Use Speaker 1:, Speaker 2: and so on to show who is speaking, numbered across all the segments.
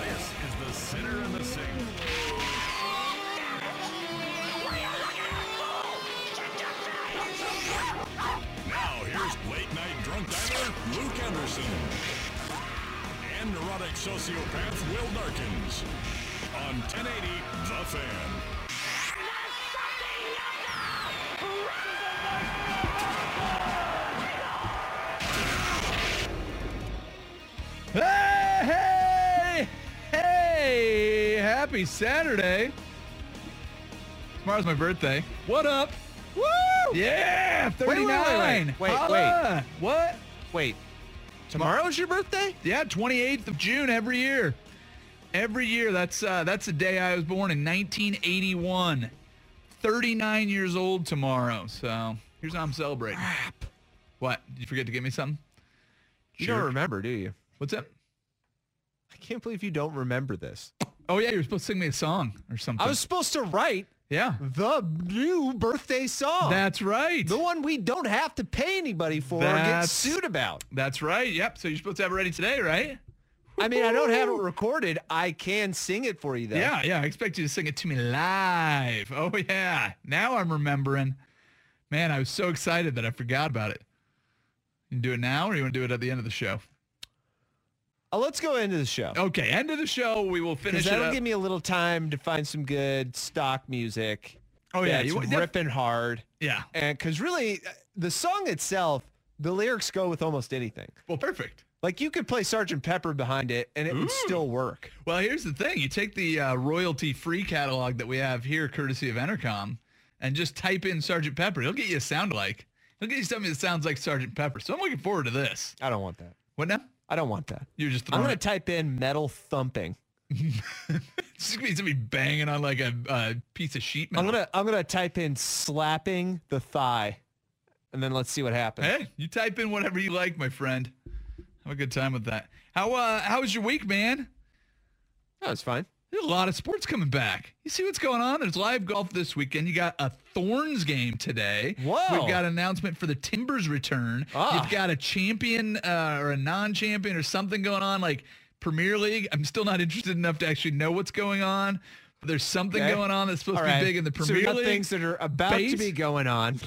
Speaker 1: This is the sinner in the saint. Now here's late night drunk diver Luke Anderson and neurotic sociopath Will Darkins on 1080 The Fan.
Speaker 2: Hey, hey, hey, happy Saturday. Tomorrow's my birthday. What up? Woo! Yeah, 39.
Speaker 3: wait, wait,
Speaker 2: Holla! What?
Speaker 3: Wait, tomorrow's your birthday?
Speaker 2: Yeah, 28th of June every year. Every year. That's uh, that's the day I was born in 1981. 39 years old tomorrow. So here's how I'm celebrating. What? Did you forget to get me something?
Speaker 3: You don't remember, do you?
Speaker 2: What's up?
Speaker 3: I can't believe you don't remember this.
Speaker 2: Oh yeah, you were supposed to sing me a song or something.
Speaker 3: I was supposed to write
Speaker 2: yeah.
Speaker 3: the new birthday song.
Speaker 2: That's right.
Speaker 3: the one we don't have to pay anybody for or get
Speaker 2: That's-
Speaker 3: sued about.
Speaker 2: That's right. Yep. So you're supposed to have it ready today, right?
Speaker 3: I mean, I don't have it recorded. I can sing it for you though.
Speaker 2: Yeah. Yeah. I expect you to sing it to me live. Oh, yeah. Now I'm remembering. Man, I was so excited that I forgot about it. You can do it now or you want to do it at the end of the show?
Speaker 3: Uh, let's go into the show.
Speaker 2: Okay. End of the show. We will Oh,
Speaker 3: Because
Speaker 2: finish it
Speaker 3: that'll
Speaker 2: up.
Speaker 3: give me a little time to find some good stock music.
Speaker 2: Oh, yeah,
Speaker 3: That's
Speaker 2: you- yeah.
Speaker 3: ripping hard.
Speaker 2: yeah.
Speaker 3: And because really, uh, the song itself, the lyrics go with almost anything.
Speaker 2: Well, perfect.
Speaker 3: Like you could play Sergeant Pepper behind it and it would still work.
Speaker 2: Well, here's the thing. You take the uh, royalty-free catalog that we have here, courtesy of Entercom, and just type in Sergeant Pepper. It'll get you a sound like. It'll get you something that sounds like Sergeant Pepper. So I'm looking forward to this.
Speaker 3: I don't want that.
Speaker 2: What now?
Speaker 3: I don't want that.
Speaker 2: You're just
Speaker 3: I'm
Speaker 2: throwing
Speaker 3: going to
Speaker 2: it.
Speaker 3: type in metal thumping.
Speaker 2: It's just gonna be somebody banging on like a, a piece of sheet
Speaker 3: I'm
Speaker 2: metal.
Speaker 3: going to I'm going to type in slapping the thigh and then let's see what happens.
Speaker 2: Hey, you type in whatever you like, my friend. Have a good time with that. How uh how was your week, man?
Speaker 3: That was fine.
Speaker 2: There's a lot of sports coming back. You see what's going on? There's live golf this weekend. You got a Thorns game today.
Speaker 3: Whoa.
Speaker 2: We've got an announcement for the Timbers return.
Speaker 3: Ah.
Speaker 2: You've got a champion uh, or a non-champion or something going on like Premier League. I'm still not interested enough to actually know what's going on. But there's something
Speaker 3: Okay.
Speaker 2: going on that's supposed
Speaker 3: All
Speaker 2: to
Speaker 3: right.
Speaker 2: be big in the
Speaker 3: so we
Speaker 2: Premier
Speaker 3: got
Speaker 2: League.
Speaker 3: things that are about to
Speaker 2: Base?
Speaker 3: be going on.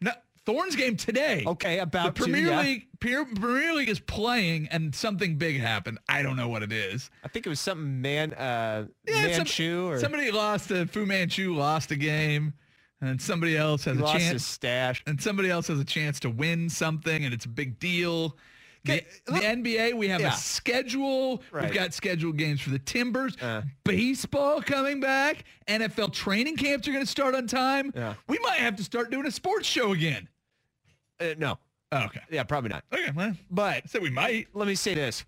Speaker 2: No, Thorns game today.
Speaker 3: Okay, about
Speaker 2: the
Speaker 3: to,
Speaker 2: Premier
Speaker 3: yeah.
Speaker 2: League. Pier- Premier League is playing, and something big happened. I don't know what it is.
Speaker 3: I think it was something man uh
Speaker 2: Yeah, some-
Speaker 3: Manchu or
Speaker 2: somebody lost. A, Fu Manchu lost a game, and somebody else has
Speaker 3: he
Speaker 2: a
Speaker 3: lost
Speaker 2: chance.
Speaker 3: his stash.
Speaker 2: And somebody else has a chance to win something, and it's a big deal. The,
Speaker 3: Okay,
Speaker 2: the
Speaker 3: look-
Speaker 2: NBA, we have
Speaker 3: Yeah.
Speaker 2: a schedule. We've
Speaker 3: Right.
Speaker 2: got scheduled games for the Timbers.
Speaker 3: Uh.
Speaker 2: Baseball coming back. NFL training camps are going to start on time.
Speaker 3: Yeah.
Speaker 2: We might have to start doing a sports show again. Oh,
Speaker 3: Uh, no.
Speaker 2: Okay.
Speaker 3: Yeah, probably not.
Speaker 2: Okay, well, I
Speaker 3: But
Speaker 2: said we might.
Speaker 3: let me say this.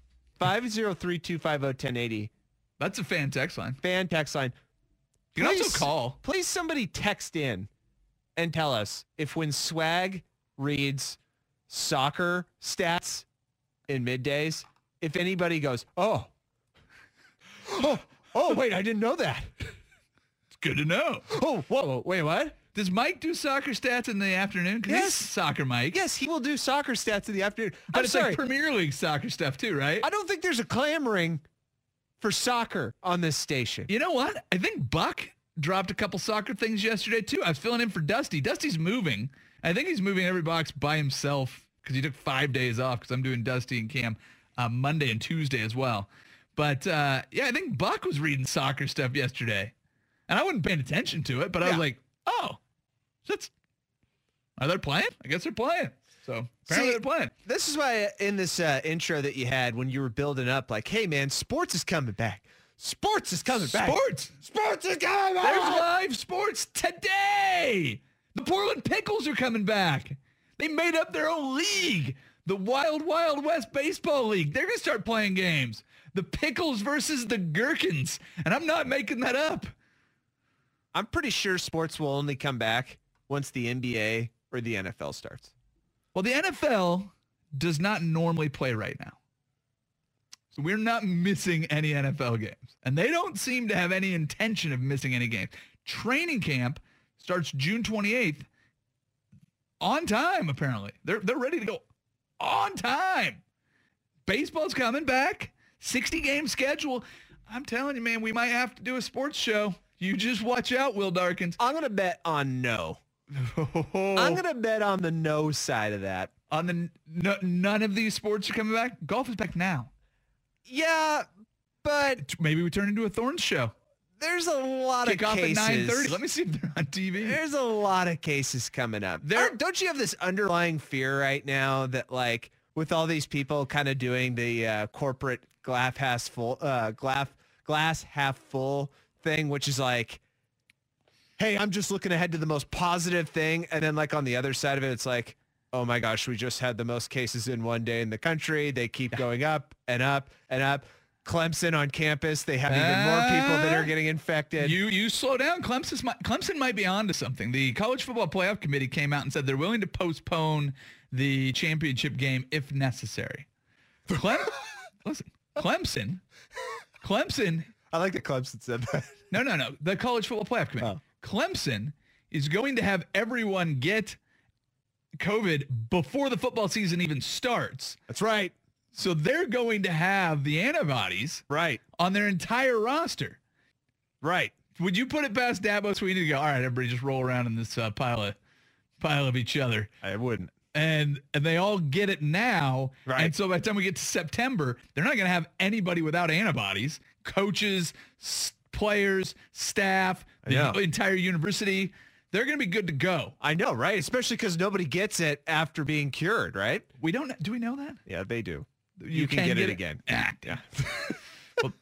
Speaker 3: 503-250-1080
Speaker 2: That's a fan text line.
Speaker 3: fan text line.
Speaker 2: You can
Speaker 3: Please-
Speaker 2: also call.
Speaker 3: Please somebody text in and tell us if when swag reads soccer stats in middays, if anybody goes, oh, oh, oh, wait, I didn't know that.
Speaker 2: It's good to know.
Speaker 3: Oh, whoa, whoa, wait, what?
Speaker 2: Does Mike do soccer stats in the afternoon? 'Cause
Speaker 3: Yes.
Speaker 2: he's soccer Mike.
Speaker 3: Yes, he will do soccer stats in the afternoon.
Speaker 2: But
Speaker 3: I'm
Speaker 2: it's
Speaker 3: sorry.
Speaker 2: like Premier League soccer stuff too, right?
Speaker 3: I don't think there's a clamoring for soccer on this station.
Speaker 2: you know what? I think Buck dropped a couple soccer things yesterday too. I was filling in for Dusty. Dusty's moving. I think he's moving every box by himself because he took five days off because I'm doing Dusty and Cam uh, Monday and Tuesday as well. But uh, yeah, I think Buck was reading soccer stuff yesterday, and I wasn't paying attention to it. But I was
Speaker 3: Yeah.
Speaker 2: like, oh, that's are they playing? I guess they're playing. So apparently
Speaker 3: See-
Speaker 2: they're playing.
Speaker 3: This is why in this uh, intro that you had when you were building up, like, hey man, sports is coming back. Sports is coming back.
Speaker 2: Sports.
Speaker 3: Sports is coming back.
Speaker 2: There's live sports today. The Portland Pickles are coming back. They made up their own league, the Wild Wild West Baseball League. They're going to start playing games. The Pickles versus the Gherkins. And I'm not making that up.
Speaker 3: I'm pretty sure sports will only come back once the NBA or the NFL starts.
Speaker 2: Well, the NFL does not normally play right now. So we're not missing any NFL games. And they don't seem to have any intention of missing any games. Training camp starts June 28th on time, apparently. They're, they're ready to go on time. Baseball's coming back, 60 game schedule. I'm telling you, man, we might have to do a sports show. You just watch out, Will Darkins.
Speaker 3: I'm gonna bet on no.
Speaker 2: Oh.
Speaker 3: I'm gonna bet on the no side of that.
Speaker 2: on the no, none of these sports are coming back. Golf is back now.
Speaker 3: Yeah, but
Speaker 2: T- Maybe we turn into a Thorns show.
Speaker 3: there's a lot
Speaker 2: Kick
Speaker 3: of
Speaker 2: off
Speaker 3: cases.
Speaker 2: at nine thirty. Let me see if they're on TV.
Speaker 3: There's a lot of cases coming up.
Speaker 2: There-
Speaker 3: Aren't- don't you have this underlying fear right now that like with all these people kind of doing the uh, corporate glass half full, uh, glass glass half full thing, which is like, hey, I'm just looking ahead to the most positive thing, and then like on the other side of it, it's like, oh my gosh, we just had the most cases in one day in the country. They keep going up and up and up. Clemson on campus, they have even more people that
Speaker 2: Ah.
Speaker 3: are getting infected.
Speaker 2: You you slow down. Clemson's might, Clemson might be onto something. The College Football Playoff Committee came out and said they're willing to postpone the championship game if necessary. Clem, listen, Clemson, Clemson
Speaker 3: I like that Clemson said that.
Speaker 2: No, no, no. The college football playoff committee.
Speaker 3: Oh.
Speaker 2: Clemson is going to have everyone get COVID before the football season even starts.
Speaker 3: That's right.
Speaker 2: So they're going to have the antibodies
Speaker 3: Right.
Speaker 2: on their entire roster.
Speaker 3: Right.
Speaker 2: Would you put it past Dabo Sweeney to go, all right, everybody just roll around in this uh, pile of pile of each other
Speaker 3: I wouldn't.
Speaker 2: and and they all get it now.
Speaker 3: Right.
Speaker 2: And so by the time we get to September, they're not going to have anybody without antibodies. Coaches, s- players, staff, the
Speaker 3: Yeah.
Speaker 2: entire university, they're going to be good to go.
Speaker 3: I know, right? Especially because nobody gets it after being cured, right?
Speaker 2: We don't do we know that?
Speaker 3: Yeah, they do. You,
Speaker 2: Ah, well,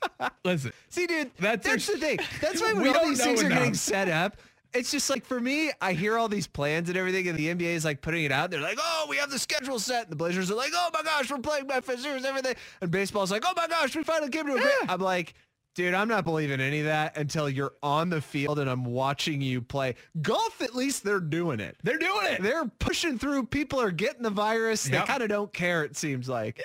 Speaker 2: listen.
Speaker 3: See, dude,
Speaker 2: That's
Speaker 3: that's,
Speaker 2: our-
Speaker 3: the thing. That's why when
Speaker 2: We
Speaker 3: all
Speaker 2: don't
Speaker 3: these
Speaker 2: know
Speaker 3: things are
Speaker 2: enough.
Speaker 3: getting set up, it's just like for me, I hear all these plans and everything, and the NBA is like putting it out. They're like, oh, we have the schedule set. And the Blazers are like, oh my gosh, we're playing Memphis. Here's everything. And baseball's like, oh my gosh, we finally came to a great. I'm like, dude, I'm not believing any of that until you're on the field and I'm watching you play. Golf, at least they're doing it.
Speaker 2: They're doing it.
Speaker 3: They're pushing through. People are getting the virus.
Speaker 2: Yep.
Speaker 3: They kind of don't care, it seems like.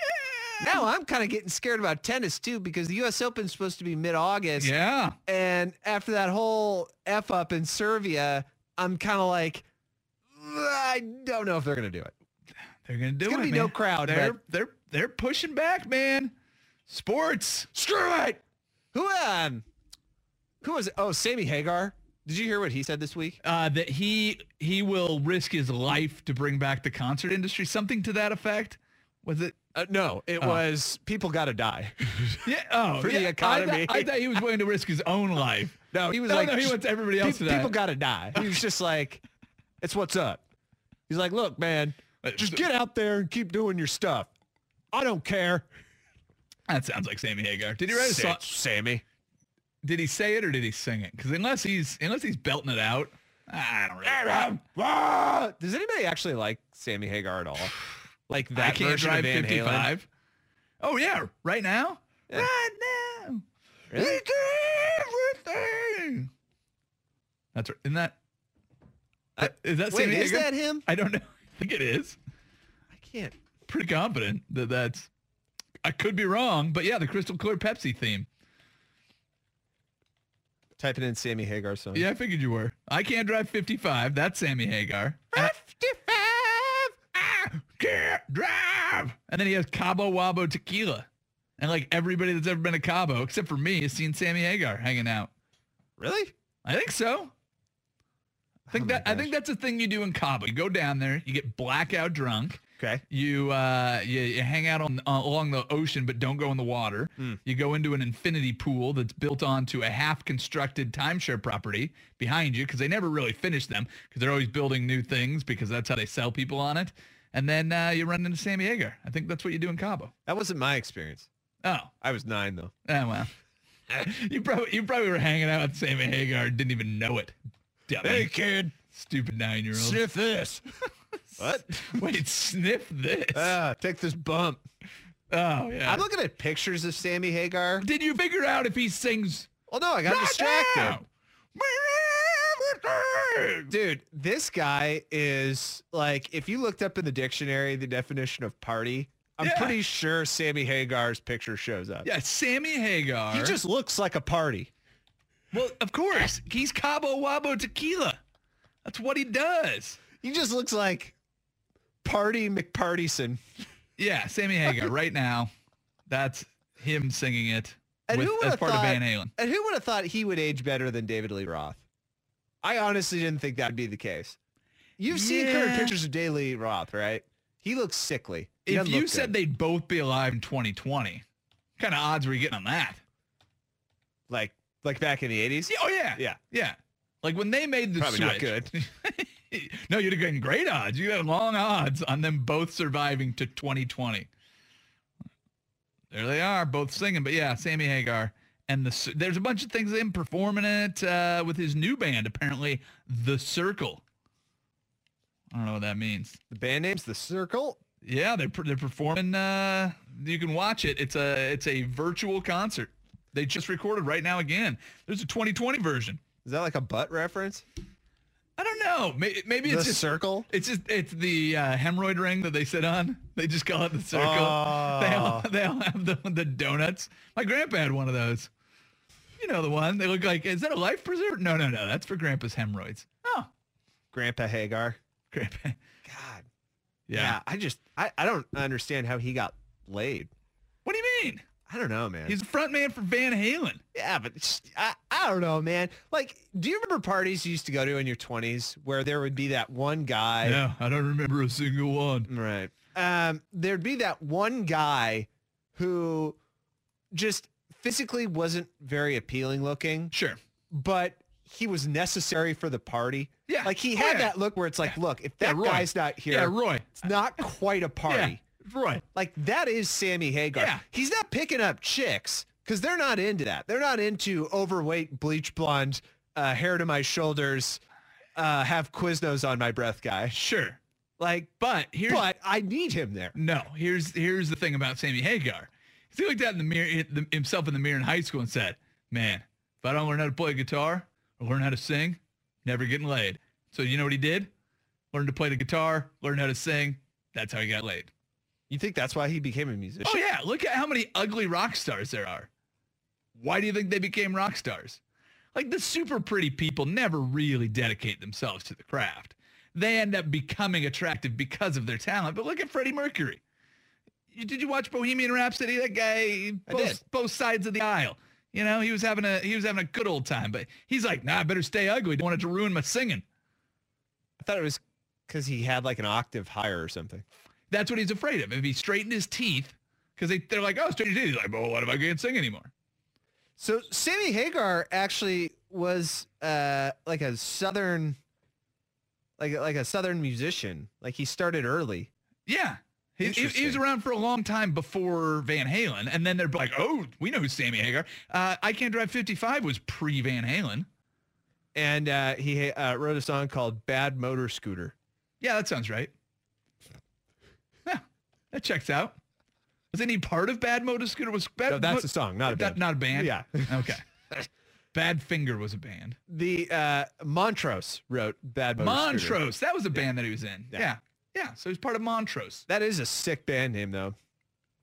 Speaker 3: Now I'm kind of getting scared about tennis too because the U.S. Open's supposed to be mid-August,
Speaker 2: yeah.
Speaker 3: and after that whole f up in Serbia, I'm kind of like, I don't know if they're gonna do it.
Speaker 2: They're going to do
Speaker 3: It's
Speaker 2: it.
Speaker 3: gonna be no
Speaker 2: man.
Speaker 3: crowd,
Speaker 2: They're
Speaker 3: but-
Speaker 2: they're they're pushing back, man. Sports.
Speaker 3: Screw it. Who um, who was it? Oh, Sammy Hagar. Did you hear what he said this week?
Speaker 2: uh, that he he will risk his life to bring back the concert industry, something to that effect. Was it?
Speaker 3: Uh, no, it
Speaker 2: Uh-huh.
Speaker 3: was people gotta die.
Speaker 2: Yeah. Oh,
Speaker 3: For the
Speaker 2: yeah, I thought- I,
Speaker 3: economy.
Speaker 2: thought he was willing to risk his own life.
Speaker 3: No, he was
Speaker 2: no,
Speaker 3: like,
Speaker 2: no, he
Speaker 3: "Just-
Speaker 2: wants everybody else to
Speaker 3: Pe-
Speaker 2: die.
Speaker 3: People gotta die. He was just like, it's what's up. He's like, look, man, just get out there and keep doing your stuff. I don't care.
Speaker 2: that sounds like Sammy Hagar. Did he write a
Speaker 3: Sa-
Speaker 2: song?
Speaker 3: Sammy.
Speaker 2: Did he say it or did he sing it? Because unless he's unless he's belting it out, I don't really.
Speaker 3: Ah! Does anybody actually like Sammy Hagar at all? Like
Speaker 2: I
Speaker 3: that
Speaker 2: can't
Speaker 3: version of
Speaker 2: drive
Speaker 3: Van Halen?
Speaker 2: 55. Oh yeah, right now. Right now.
Speaker 3: Really?
Speaker 2: It's everything. That's right. Isn't that?
Speaker 3: I-
Speaker 2: is that
Speaker 3: Wait,
Speaker 2: Sammy
Speaker 3: is
Speaker 2: Hagar?
Speaker 3: that him?
Speaker 2: I don't know. I think it is.
Speaker 3: I can't.
Speaker 2: Pretty confident that that's. I could be wrong, but yeah, the crystal clear Pepsi theme.
Speaker 3: Typing in Sammy Hagar song.
Speaker 2: Yeah, I figured you were. I can't drive 55. That's Sammy Hagar. And I-
Speaker 3: 55.
Speaker 2: I can't drive. And then he has Cabo Wabo tequila, and like everybody that's ever been to Cabo, except for me, has seen Sammy Hagar hanging out.
Speaker 3: Really?
Speaker 2: I think so. I think that I think that's a thing you do in Cabo. You go down there, you get blackout drunk.
Speaker 3: Okay.
Speaker 2: You uh, you, you hang out on uh, along the ocean, but don't go in the water. You go into an infinity pool that's built onto a half-constructed timeshare property behind you because they never really finish them because they're always building new things because that's how they sell people on it. And then uh, you run into Sammy Hagar. I think that's what you do in Cabo.
Speaker 3: That wasn't my experience.
Speaker 2: Oh,
Speaker 3: I was nine though.
Speaker 2: oh well. you probably you probably were hanging out with Sammy Hagar, and didn't even know it. Dummy.
Speaker 3: kid,
Speaker 2: Stupid nine-year-old.
Speaker 3: this. what?
Speaker 2: Wait, sniff this.
Speaker 3: Ah, take this bump.
Speaker 2: oh yeah.
Speaker 3: I'm looking at pictures of Sammy Hagar.
Speaker 2: Did you figure out if he sings?
Speaker 3: Well, no, I got
Speaker 2: "Right
Speaker 3: distracted.
Speaker 2: now"?
Speaker 3: Dude, this guy is like, if you looked up in the dictionary the definition of party, I'm
Speaker 2: Yeah.
Speaker 3: pretty sure Sammy Hagar's picture shows up.
Speaker 2: Yeah, Sammy Hagar.
Speaker 3: He just looks like a party.
Speaker 2: well, of course, he's Cabo Wabo Tequila. That's what he does.
Speaker 3: He just looks like Party McPartyson.
Speaker 2: Yeah, Sammy Hagar. right now, that's him singing it
Speaker 3: And
Speaker 2: with,
Speaker 3: who would
Speaker 2: as
Speaker 3: have
Speaker 2: part
Speaker 3: thought,
Speaker 2: of Van Halen.
Speaker 3: And who would have thought he would age better than David Lee Roth? I honestly didn't think that'd be the case. You've seen current
Speaker 2: Yeah.
Speaker 3: pictures of David Lee Roth, right? He looks sickly. He
Speaker 2: If
Speaker 3: doesn't
Speaker 2: you
Speaker 3: look
Speaker 2: said
Speaker 3: good.
Speaker 2: they'd both be alive in 2020, kind of odds were you getting on that?
Speaker 3: like like back in the eighties,
Speaker 2: Yeah, oh yeah.
Speaker 3: Yeah.
Speaker 2: Yeah. Like when they made the
Speaker 3: Probably not
Speaker 2: switch. good. no, you'd have gotten great odds. You had long odds on them both surviving to 2020. There they are, both singing. But yeah, Sammy Hagar and the Cir- there's a bunch of things him performing it uh, with his new band. Apparently, The Circle. I don't know what that means.
Speaker 3: the band name's The Circle.
Speaker 2: Yeah, they're per- they're performing. Uh, you can watch it. It's a it's a virtual concert. They just recorded right now again. There's a 2020 version.
Speaker 3: Is that like a butt reference?
Speaker 2: I don't know. Maybe, maybe it's
Speaker 3: the
Speaker 2: just
Speaker 3: Circle.
Speaker 2: it's just it's the uh, hemorrhoid ring that they sit on. They just call it the circle.
Speaker 3: Ah.
Speaker 2: They all they all have the the donuts. My grandpa had one of those. You know the one. They look like is that a life preserver? No, no, no. That's for grandpa's hemorrhoids. Oh,
Speaker 3: Grandpa Hagar.
Speaker 2: grandpa.
Speaker 3: God.
Speaker 2: Yeah.
Speaker 3: I just I, I don't understand how he got laid.
Speaker 2: What do you mean?
Speaker 3: I don't know, man.
Speaker 2: He's the front man for Van Halen.
Speaker 3: Yeah, but it's- I, I don't know, man. Like, do you remember parties you used to go to in your 20s where there would be that one guy?
Speaker 2: yeah, I don't remember a single one.
Speaker 3: Right. Um, there'd be that one guy who just physically wasn't very appealing looking,
Speaker 2: Sure.
Speaker 3: but he was necessary for the party.
Speaker 2: Yeah.
Speaker 3: Like, he
Speaker 2: Oh,
Speaker 3: had
Speaker 2: yeah.
Speaker 3: that look where it's like, look, if
Speaker 2: Yeah,
Speaker 3: that
Speaker 2: Roy.
Speaker 3: guy's not here,
Speaker 2: Yeah, Roy.
Speaker 3: it's not quite a party.
Speaker 2: Yeah, Roy.
Speaker 3: Like that is Sammy Hagar.
Speaker 2: Yeah.
Speaker 3: He's not picking up chicks because they're not into that. They're not into overweight, bleach blonde, uh, hair to my shoulders, uh, have Quiznos on my breath guy.
Speaker 2: Sure.
Speaker 3: Like,
Speaker 2: But here's
Speaker 3: but I need him there.
Speaker 2: No, here's here's the thing about Sammy Hagar. He looked out in the mirror hit the, himself in the mirror in high school and said, "Man, if I don't learn how to play guitar or learn how to sing, never getting laid." So you know what he did? Learned to play the guitar, learned how to sing. That's how he got laid.
Speaker 3: You think that's why he became a musician?
Speaker 2: Oh yeah, look at how many ugly rock stars there are. Why do you think they became rock stars? Like the super pretty people never really dedicate themselves to the craft. They end up becoming attractive because of their talent. But look at Freddie Mercury. You- Did you watch Bohemian Rhapsody? That guy, both, both sides of the aisle. You know, he was having a he was having a good old time, but he's like, nah, I better stay ugly. Don't want it to ruin my singing.
Speaker 3: I thought it was because he had like an octave higher or something.
Speaker 2: That's what he's afraid of. If he straightened his teeth, because they, they're like, oh, straighten your teeth. He's like, well, what if I can't sing anymore?
Speaker 3: So Sammy Hagar actually was uh, like a southern, like like a southern musician. Like he started early.
Speaker 2: Yeah. He, he, he was
Speaker 3: Interesting.
Speaker 2: around for a long time before Van Halen, and then they're like, "Oh, we know who Sammy Hagar." Uh, I Can't Drive 55 was pre Van Halen.
Speaker 3: and uh, he uh, wrote a song called "Bad Motor Scooter."
Speaker 2: Yeah, that sounds right. Yeah, that checks out. Wasn't he part of Bad Motor Scooter? Was Bad
Speaker 3: No, that's
Speaker 2: Mo-
Speaker 3: a song, not a
Speaker 2: that-
Speaker 3: band.
Speaker 2: Not a band.
Speaker 3: Yeah.
Speaker 2: Okay. Bad Finger was a band.
Speaker 3: The uh, Montrose wrote "Bad Motor Scooter."
Speaker 2: Montrose. That was a band that he was in.
Speaker 3: Yeah.
Speaker 2: Yeah. yeah. So he's part of Montrose.
Speaker 3: That is a sick band name, though.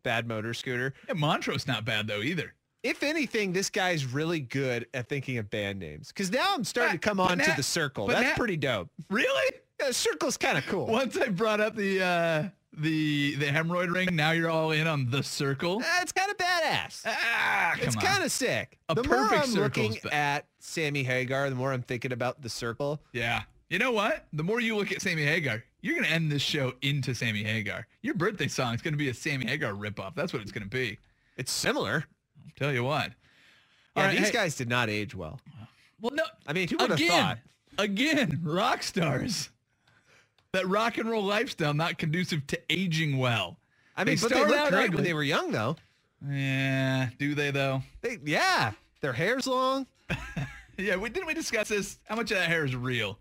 Speaker 3: Bad Motor Scooter.
Speaker 2: Yeah, Montrose not bad though either.
Speaker 3: If anything, this guy's really good at thinking of band names. Because now I'm starting to
Speaker 2: But-
Speaker 3: come
Speaker 2: but
Speaker 3: on to
Speaker 2: now-
Speaker 3: the circle.
Speaker 2: but
Speaker 3: That's
Speaker 2: now-
Speaker 3: pretty dope.
Speaker 2: Really?
Speaker 3: Yeah, the circle's kind of cool.
Speaker 2: Once I brought up the uh, the the hemorrhoid ring. Now you're all in on the circle.
Speaker 3: That's kind of Uh, badass.
Speaker 2: Ah, come
Speaker 3: it's
Speaker 2: on.
Speaker 3: kind of sick.
Speaker 2: A
Speaker 3: the more
Speaker 2: perfect
Speaker 3: I'm
Speaker 2: circle's
Speaker 3: looking
Speaker 2: ba-
Speaker 3: at Sammy Hagar, the more I'm thinking about the circle.
Speaker 2: yeah. You know what? The more you look at Sammy Hagar, you're gonna end this show into Sammy Hagar. Your birthday song is gonna be a Sammy Hagar ripoff. That's what it's gonna be.
Speaker 3: It's similar.
Speaker 2: I'll tell you what. All
Speaker 3: Yeah,
Speaker 2: right,
Speaker 3: these
Speaker 2: hey-
Speaker 3: guys did not age well.
Speaker 2: Well, no.
Speaker 3: I mean, who would've
Speaker 2: again,
Speaker 3: thought?
Speaker 2: Again, rock stars. That rock and roll lifestyle not conducive to aging well.
Speaker 3: I mean,
Speaker 2: They
Speaker 3: but they
Speaker 2: started
Speaker 3: looked great when
Speaker 2: correctly.
Speaker 3: they were young, though.
Speaker 2: Yeah, do they though?
Speaker 3: They, yeah, their hair's long.
Speaker 2: Yeah, we didn't we discuss this? How much of that hair is real?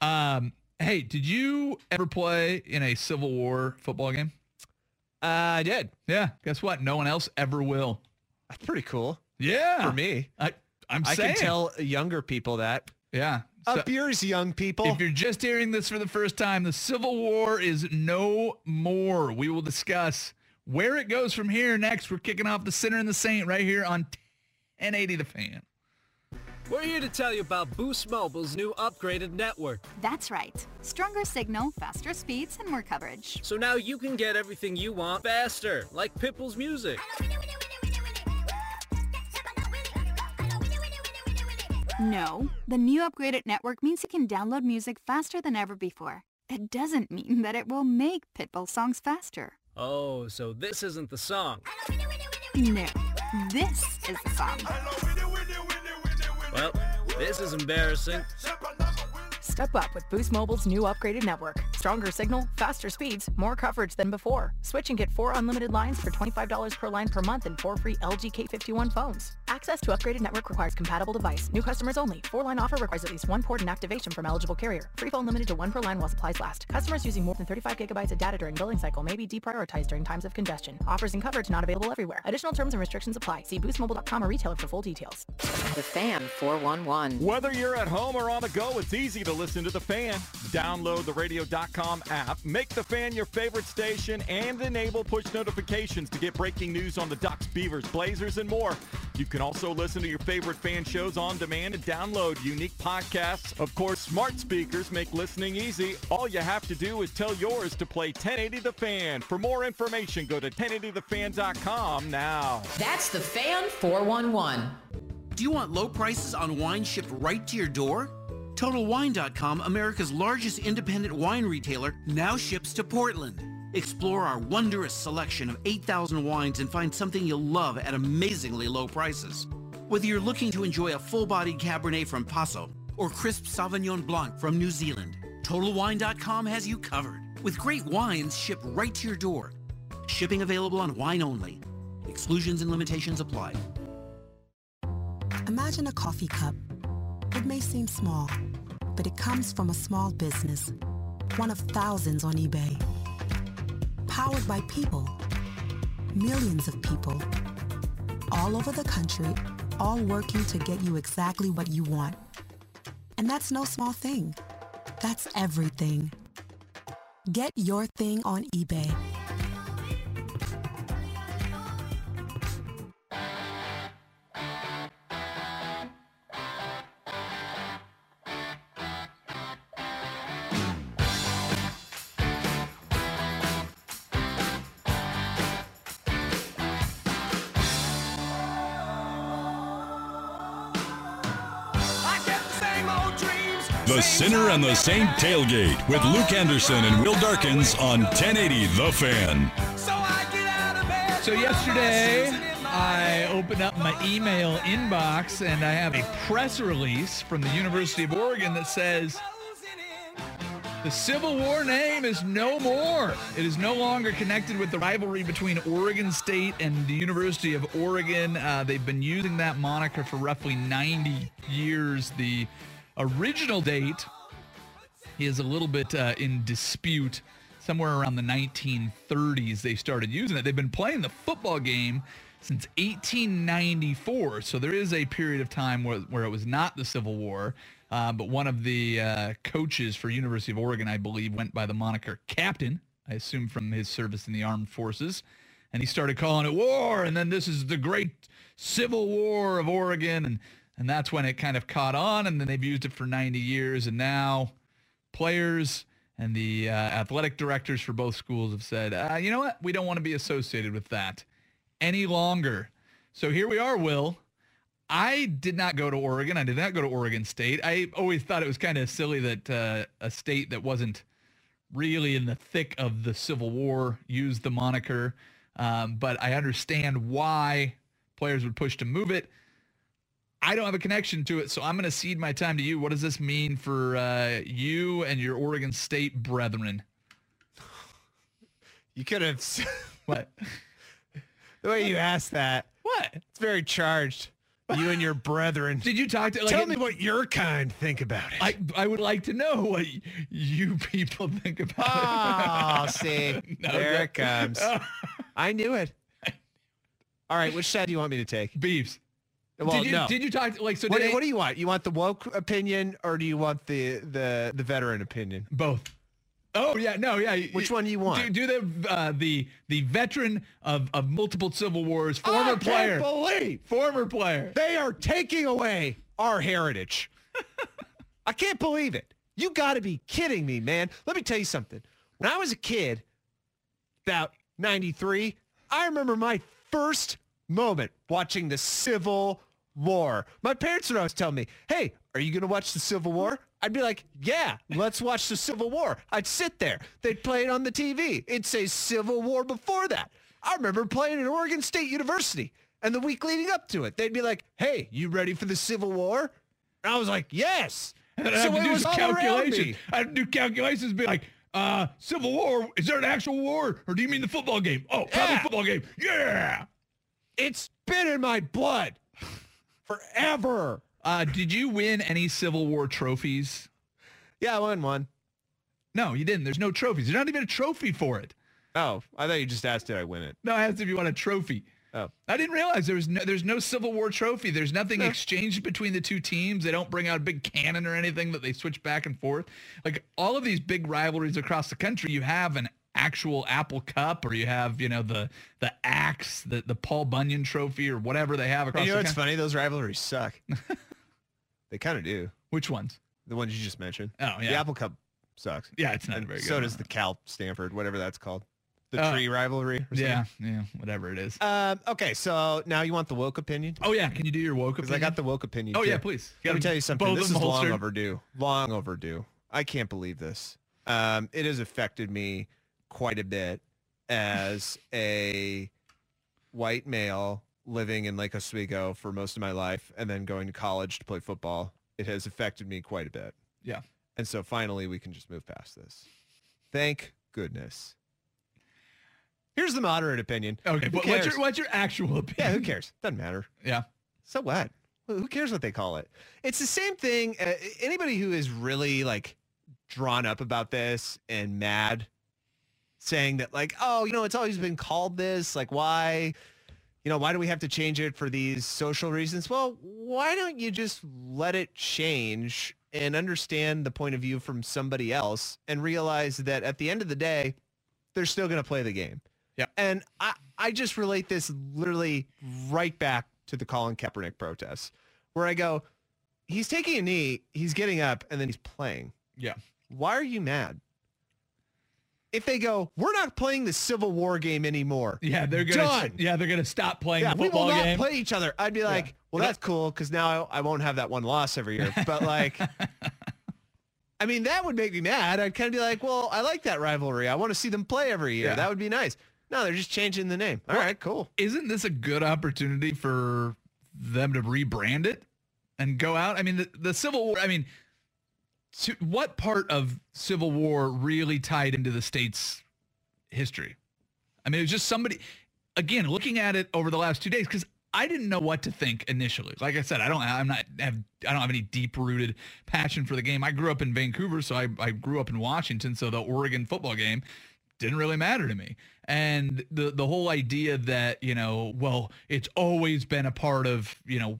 Speaker 2: Um, hey, did you ever play in a Civil War football game?
Speaker 3: Uh, I did.
Speaker 2: Yeah, guess what? No one else ever will.
Speaker 3: That's pretty cool
Speaker 2: Yeah,
Speaker 3: for me.
Speaker 2: I, I'm
Speaker 3: I
Speaker 2: saying.
Speaker 3: can tell younger people that.
Speaker 2: Yeah. So
Speaker 3: Up yours, young people.
Speaker 2: if you're just hearing this for the first time, the Civil War is no more. We will discuss where it goes from here next. We're kicking off the sinner and the saint right here on 1080 The Fan.
Speaker 4: We're here to tell you about Boost Mobile's new upgraded network.
Speaker 5: That's right. Stronger signal, faster speeds, and more coverage.
Speaker 4: So now you can get everything you want faster, like Pitbull's music.
Speaker 5: No, the new upgraded network means you can download music faster than ever before. It doesn't mean that it will make Pitbull songs faster.
Speaker 4: Oh, so this isn't the song.
Speaker 5: No, this is the song.
Speaker 4: Well, this is embarrassing.
Speaker 6: Step up with Boost Mobile's new upgraded network. Stronger signal, faster speeds, more coverage than before. Switch and get four unlimited lines for $25 per line per month and four free LG K51 phones. Access to upgraded network requires compatible device. New customers only. Four line offer requires at least one port and activation from eligible carrier. Free phone limited to one per line while supplies last. Customers using more than 35 gigabytes of data during billing cycle may be deprioritized during times of congestion. Offers and coverage not available everywhere. Additional terms and restrictions apply. See boostmobile.com or retailer for full details.
Speaker 7: The Fan 411.
Speaker 8: Whether you're at home or on the go, it's easy to listen to The Fan. Download the radio.com app, make The Fan your favorite station, and enable push notifications to get breaking news on the Ducks, Beavers, Blazers, and more. You can also listen to your favorite fan shows on demand and download unique podcasts. Of course, smart speakers make listening easy. All you have to do is tell yours to play 1080 The Fan. For more information, go to 1080thefan.com now.
Speaker 7: That's The Fan 411.
Speaker 9: Do you want low prices on wine shipped right to your door? TotalWine.com, America's largest independent wine retailer, now ships to Portland. Explore our wondrous selection of 8,000 wines and find something you'll love at amazingly low prices. Whether you're looking to enjoy a full-bodied Cabernet from Paso or crisp Sauvignon Blanc from New Zealand, TotalWine.com has you covered with great wines shipped right to your door. Shipping available on wine only. Exclusions and limitations apply.
Speaker 6: Imagine a coffee cup. It may seem small, but it comes from a small business, one of thousands on eBay. Powered by people, millions of people, all over the country, all working to get you exactly what you want. And that's no small thing. That's everything. Get your thing on eBay.
Speaker 1: The Sinner and the Saint Tailgate with Luke Anderson and Will Darkins on 1080 The Fan.
Speaker 2: So yesterday, I opened up my email inbox and I have a press release from the University of Oregon that says the Civil War name is no more. It is no longer connected with the rivalry between Oregon State and the University of Oregon. Uh, they've been using that moniker for roughly 90 years. The original date is a little bit uh, in dispute. Somewhere around the 1930s, they started using it. They've been playing the football game since 1894. So there is a period of time where, where it was not the Civil War. Uh, but one of the uh, coaches for University of Oregon, I believe, went by the moniker Captain, I assume from his service in the armed forces. And he started calling it war. And then this is the great Civil War of Oregon. And, and that's when it kind of caught on. And then they've used it for 90 years. And now players And the uh, athletic directors for both schools have said, uh, you know what? We don't want to be associated with that any longer. So here we are, Will. I did not go to Oregon. I did not go to Oregon State. I always thought it was kind of silly that uh, a state that wasn't really in the thick of the Civil War used the moniker. Um, but I understand why players would push to move it. I don't have a connection to it, so I'm going to cede my time to you. What does this mean for uh, you and your Oregon State brethren?
Speaker 3: You could have.
Speaker 2: what?
Speaker 3: The way you asked that.
Speaker 2: What?
Speaker 3: It's very charged. You and your brethren.
Speaker 2: Did you talk to? Like,
Speaker 3: Tell me what your kind think about it.
Speaker 2: I I would like to know what y- you people think about
Speaker 3: Oh,
Speaker 2: it.
Speaker 3: see,
Speaker 2: No,
Speaker 3: there
Speaker 2: that-
Speaker 3: it comes. I knew it. All right, which side do you want me to take?
Speaker 2: Beefs.
Speaker 3: Well,
Speaker 2: did you
Speaker 3: no.
Speaker 2: did you talk to, like so?
Speaker 3: what,
Speaker 2: did
Speaker 3: what do you want? You want the woke opinion or do you want the the the veteran opinion?
Speaker 2: both? Oh yeah, no yeah. y-
Speaker 3: Which one do you
Speaker 2: Do,
Speaker 3: want?
Speaker 2: do the uh, the the veteran of, of multiple civil wars, former
Speaker 3: I
Speaker 2: player,
Speaker 3: Can't believe
Speaker 2: former player.
Speaker 3: they are taking away our heritage. I can't believe it. You got to be kidding me, man. Let me tell you something. When I was a kid, about 93, I remember my first moment watching the Civil War. My parents would always tell me, hey, are you going to watch the Civil War? I'd be like, yeah, let's watch the Civil War. I'd sit there. They'd play it on the TV. It'd say Civil War before that. I remember playing at Oregon State University. And the week leading up to it, they'd be like, hey, you ready for the Civil War? And I was like, yes.
Speaker 2: And I have to
Speaker 3: it
Speaker 2: do
Speaker 3: was
Speaker 2: is
Speaker 3: all around me.
Speaker 2: calculations. I have to do calculations, be like, uh, Civil War. Is there an actual war, or do you mean the football game? Oh, probably
Speaker 3: Yeah.
Speaker 2: football game. Yeah.
Speaker 3: It's been in my blood forever.
Speaker 2: Uh, did you win any Civil War trophies?
Speaker 3: Yeah, I won one.
Speaker 2: No, you didn't. There's no trophies. There's not even a trophy for it.
Speaker 3: Oh, I thought you just asked did I win it.
Speaker 2: No, I asked if you want a trophy.
Speaker 3: Oh.
Speaker 2: I didn't realize there was no there's no Civil War trophy. There's nothing exchanged between the two teams. They don't bring out a big cannon or anything that they switch back and forth. Like all of these big rivalries across the country, you have an actual Apple Cup or you have, you know, the the axe, the, the Paul Bunyan trophy or whatever they have across
Speaker 3: you know
Speaker 2: the
Speaker 3: what's
Speaker 2: country.
Speaker 3: funny? Those rivalries suck. they kind of do.
Speaker 2: Which ones?
Speaker 3: The ones you just mentioned.
Speaker 2: Oh
Speaker 3: The
Speaker 2: yeah.
Speaker 3: Apple Cup sucks.
Speaker 2: Yeah, it's not
Speaker 3: And
Speaker 2: very good.
Speaker 3: so does the Cal Stanford, whatever that's called. The
Speaker 2: Oh.
Speaker 3: tree rivalry. Or something.
Speaker 2: Yeah, yeah, whatever it is.
Speaker 3: Um, okay, so now you want the woke opinion?
Speaker 2: Oh yeah, can you do your woke
Speaker 3: Because I
Speaker 2: opinion?
Speaker 3: got the woke opinion.
Speaker 2: Oh
Speaker 3: too.
Speaker 2: yeah, please.
Speaker 3: Let me
Speaker 2: Gotta
Speaker 3: tell you something.
Speaker 2: both
Speaker 3: This is
Speaker 2: them
Speaker 3: long
Speaker 2: holstered.
Speaker 3: overdue. Long overdue. I can't believe this. Um, it has affected me quite a bit as a white male living in Lake Oswego for most of my life and then going to college to play football. It has affected me quite a bit.
Speaker 2: Yeah.
Speaker 3: And so finally we can just move past this. Thank goodness. Here's the moderate opinion.
Speaker 2: Okay,
Speaker 3: Who
Speaker 2: but what's
Speaker 3: cares?
Speaker 2: your what's your actual opinion?
Speaker 3: yeah, who cares? Doesn't matter.
Speaker 2: Yeah.
Speaker 3: So what? Who who cares what they call it? It's the same thing. Uh, anybody who is really like drawn up about this and mad saying that like, oh, you know, it's always been called this. Like, why, you know, why do we have to change it for these social reasons? Well, why don't you just let it change and understand the point of view from somebody else and realize that at the end of the day, they're still going to play the game.
Speaker 2: Yeah.
Speaker 3: And I, I just relate this literally right back to the Colin Kaepernick protests where I go, he's taking a knee, he's getting up, and then he's playing.
Speaker 2: Yeah.
Speaker 3: Why are you mad? If they go, we're not playing the Civil War game anymore.
Speaker 2: Yeah, they're gonna
Speaker 3: Done.
Speaker 2: Yeah, they're gonna stop playing
Speaker 3: Yeah,
Speaker 2: the
Speaker 3: we will
Speaker 2: football
Speaker 3: not
Speaker 2: game.
Speaker 3: play each other. I'd be like, well, that's cool because now I won't have that one loss every year. But like, I mean, that would make me mad. I'd kind of be like, well, I like that rivalry. I want to see them play every year.
Speaker 2: Yeah.
Speaker 3: That would be nice. No, they're just changing the name. All right,
Speaker 2: Well,
Speaker 3: cool.
Speaker 2: Isn't this a good opportunity for them to rebrand it and go out? I mean, the, the Civil War. I mean, to, what part of Civil War really tied into the state's history? I mean, it was just somebody. Again, looking at it over the last two days, because I didn't know what to think initially. Like I said, I don't. I'm not have. I don't have any deep rooted passion for the game. I grew up in Vancouver, so I, I grew up in Washington. So the Oregon football game didn't really matter to me. And the the whole idea that, you know, well, it's always been a part of, you know,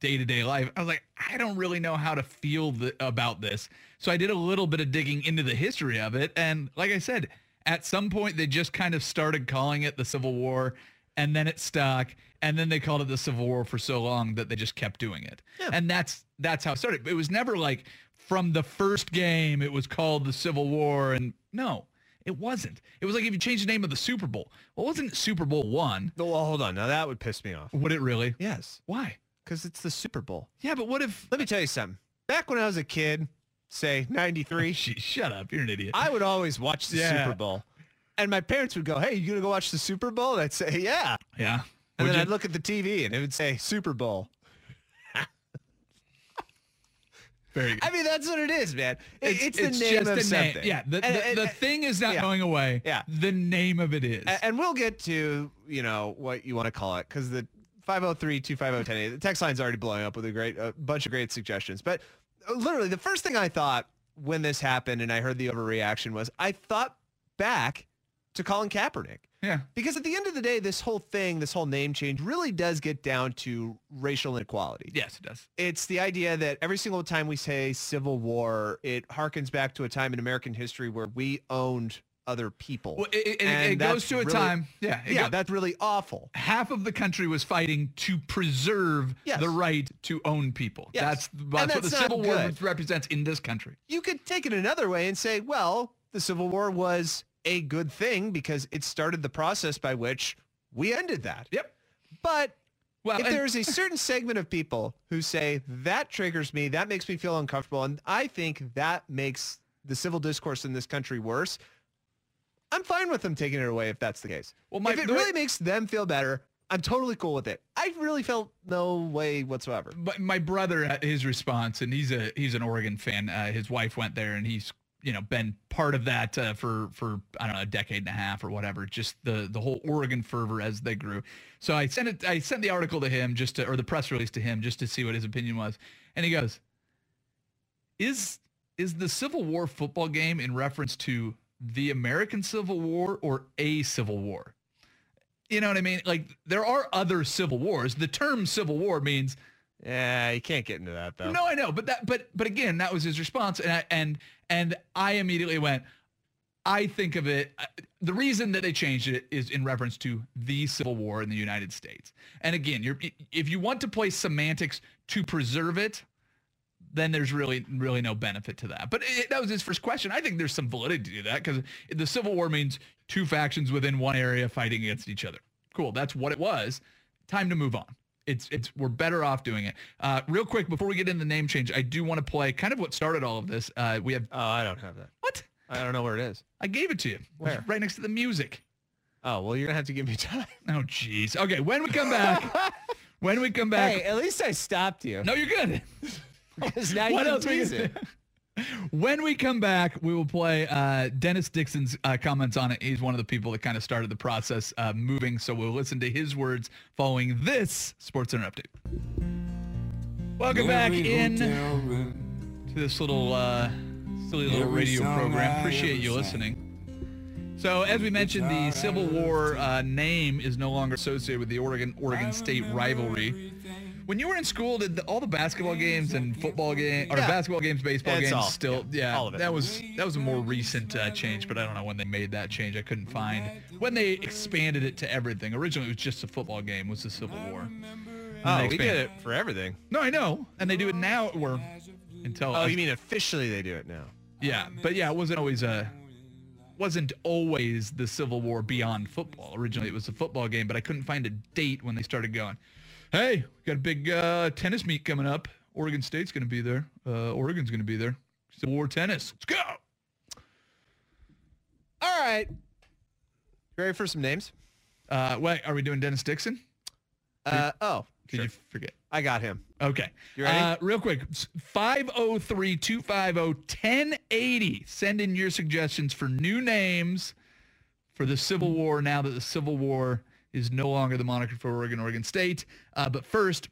Speaker 2: day-to-day life. I was like, I don't really know how to feel th- about this. So I did a little bit of digging into the history of it and like I said, at some point they just kind of started calling it the Civil War and then it stuck and then they called it the Civil War for so long that they just kept doing it.
Speaker 3: Yeah.
Speaker 2: And that's that's how it started. It was never like from the first game it was called the Civil War and no, it wasn't. It was like if you change the name of the Super Bowl. Well, it wasn't Super Bowl one.
Speaker 3: Well, hold on. Now that would piss me off.
Speaker 2: Would it really?
Speaker 3: Yes.
Speaker 2: Why?
Speaker 3: Because it's the Super Bowl.
Speaker 2: Yeah, but what if?
Speaker 3: Let me tell you something. Back when I was a kid, say '93.
Speaker 2: Shut up. You're an idiot.
Speaker 3: I would always watch the
Speaker 2: Oh, Yeah.
Speaker 3: Super Bowl. And my parents would go, hey, you going to go watch the Super Bowl? And I'd say, yeah.
Speaker 2: yeah.
Speaker 3: And
Speaker 2: Would
Speaker 3: then
Speaker 2: you?
Speaker 3: I'd look at the TV and it would say Super Bowl.
Speaker 2: Very good.
Speaker 3: I mean, that's what it is, man. It- it's, the name
Speaker 2: just
Speaker 3: of
Speaker 2: the name.
Speaker 3: something.
Speaker 2: Yeah, the,
Speaker 3: And-
Speaker 2: the,
Speaker 3: and-
Speaker 2: the thing is not
Speaker 3: yeah.
Speaker 2: going away.
Speaker 3: Yeah.
Speaker 2: The name of it is.
Speaker 3: A- And we'll get to, you know, what you want to call it because the 503-250-1080, the text line's already blowing up with a great, a bunch of great suggestions. But uh, literally the first thing I thought when this happened and I heard the overreaction was I thought back to Colin Kaepernick.
Speaker 2: yeah.
Speaker 3: Because at the end of the day, this whole thing, this whole name change really does get down to racial inequality.
Speaker 2: Yes, it does.
Speaker 3: It's the idea that every single time we say civil war, it harkens back to a time in American history where we owned other people.
Speaker 2: Well, it, it, and
Speaker 3: And
Speaker 2: it, it goes
Speaker 3: that's
Speaker 2: to a
Speaker 3: really-
Speaker 2: time. Yeah. it
Speaker 3: yeah,
Speaker 2: go-
Speaker 3: that's really awful.
Speaker 2: half of the country was fighting to preserve
Speaker 3: Yes.
Speaker 2: the right to own people.
Speaker 3: Yes.
Speaker 2: That's,
Speaker 3: And
Speaker 2: that's, what
Speaker 3: that's
Speaker 2: the
Speaker 3: not
Speaker 2: Civil War
Speaker 3: good.
Speaker 2: represents in this country.
Speaker 3: You could take it another way and say, well, the Civil War was a good thing because it started the process by which we ended that.
Speaker 2: Yep.
Speaker 3: But
Speaker 2: Well,
Speaker 3: if
Speaker 2: and-
Speaker 3: there's a certain segment of people who say that triggers me, that makes me feel uncomfortable, and I think that makes the civil discourse in this country worse, I'm fine with them taking it away if that's the case.
Speaker 2: Well, my-
Speaker 3: if it
Speaker 2: the way-
Speaker 3: really makes them feel better, I'm totally cool with it. I really felt no way whatsoever.
Speaker 2: But my brother, uh, his response, and he's a he's an Oregon fan. Uh, his wife went there, and he's you know been part of that uh, for for I don't know a decade and a half or whatever. Just the the whole Oregon fervor as they grew. So I sent it. I sent the article to him just to or the press release to him just to see what his opinion was, and he goes, "Is is the Civil War football game in reference to the American Civil War or a Civil War?" You know what I mean? Like there are other civil wars. The term civil war means
Speaker 3: Yeah, you can't get into that though.
Speaker 2: no, I know, but that, but, but again, that was his response, and I, and and I immediately went. I think of it. I- The reason that they changed it is in reference to the Civil War in the United States. And again, you're if you want to play semantics to preserve it, then there's really really no benefit to that. But it, that was his first question. I think there's some validity to that because the Civil War means two factions within one area fighting against each other. Cool, that's what it was. Time to move on. It's it's we're better off doing it. Uh, real quick before we get into the name change, I do want to play kind of what started all of this. Uh, we have
Speaker 3: Oh, I don't have that.
Speaker 2: what
Speaker 3: I don't know where it is.
Speaker 2: I gave it to you.
Speaker 3: Where?
Speaker 2: It's Right next to the music.
Speaker 3: Oh, well, you're going to have to give me time.
Speaker 2: Oh jeez. Okay, when we come back, when we come back.
Speaker 3: at least I stopped you.
Speaker 2: No, you're good.
Speaker 3: Because now
Speaker 2: What else we can- When we come back, we will play uh, Dennis Dixon's uh, comments on it. He's one of the people that kind of started the process uh, moving. So we'll listen to his words following this Sports Center update. Welcome back in to this little uh, silly little radio program. Appreciate you listening. So as we mentioned, the Civil War uh, name is no longer associated with the Oregon Oregon State rivalry. When you were in school, did the, all the basketball games and football games, or
Speaker 3: Yeah.
Speaker 2: basketball games, baseball
Speaker 3: It's
Speaker 2: games,
Speaker 3: all-
Speaker 2: still,
Speaker 3: yeah,
Speaker 2: yeah,
Speaker 3: all of it.
Speaker 2: that was that was a more recent uh, change, but I don't know when they made that change. I couldn't find when they expanded it to everything. Originally, it was just a football game. Was the Civil War? And
Speaker 3: Oh,
Speaker 2: they
Speaker 3: we did
Speaker 2: expanded
Speaker 3: it for everything.
Speaker 2: No, I know, and they do it now. Or until
Speaker 3: Oh, you mean officially they do it now?
Speaker 2: yeah, but yeah, it wasn't always a wasn't always the Civil War beyond football. Originally, it was a football game, but I couldn't find a date when they started going. Hey, we got a big uh, tennis meet coming up. Oregon State's going to be there. Uh, Oregon's going to be there. Civil War tennis. Let's go.
Speaker 3: All right. Ready for some names?
Speaker 2: Uh, wait, are we doing Dennis Dixon?
Speaker 3: Uh, oh,
Speaker 2: Did you forget?
Speaker 3: I got him.
Speaker 2: Okay.
Speaker 3: You ready?
Speaker 2: Uh, real quick, 503 250 1080. Send in your suggestions for new names for the Civil War now that the Civil War is no longer the moniker for Oregon, Oregon State. Uh, but first,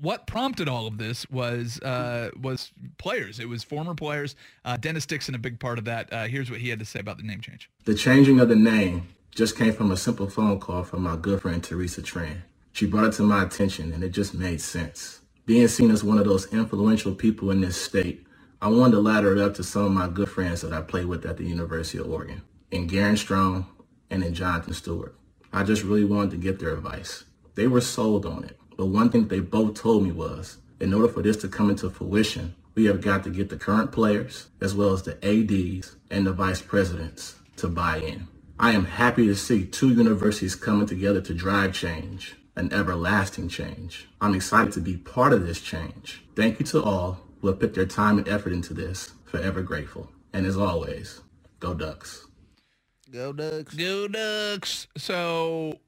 Speaker 2: what prompted all of this was uh, was players. It was former players. Uh, Dennis Dixon, a big part of that. Uh, here's what he had to say about the name change.
Speaker 10: The changing of the name just came from a simple phone call from my good friend Teresa Tran. She brought it to my attention and it just made sense. Being seen as one of those influential people in this state, I wanted to ladder it up to some of my good friends that I played with at the University of Oregon, in Garen Strong and in Jonathan Stewart. I just really wanted to get their advice. They were sold on it, but one thing they both told me was In order for this to come into fruition, we have got to get the current players, as well as the ADs and the vice presidents, to buy in. I am happy to see two universities coming together to drive change, an everlasting change. I'm excited to be part of this change. Thank you to all who have put their time and effort into this. Forever grateful. And as always, go Ducks.
Speaker 2: Go Ducks. Go Ducks. So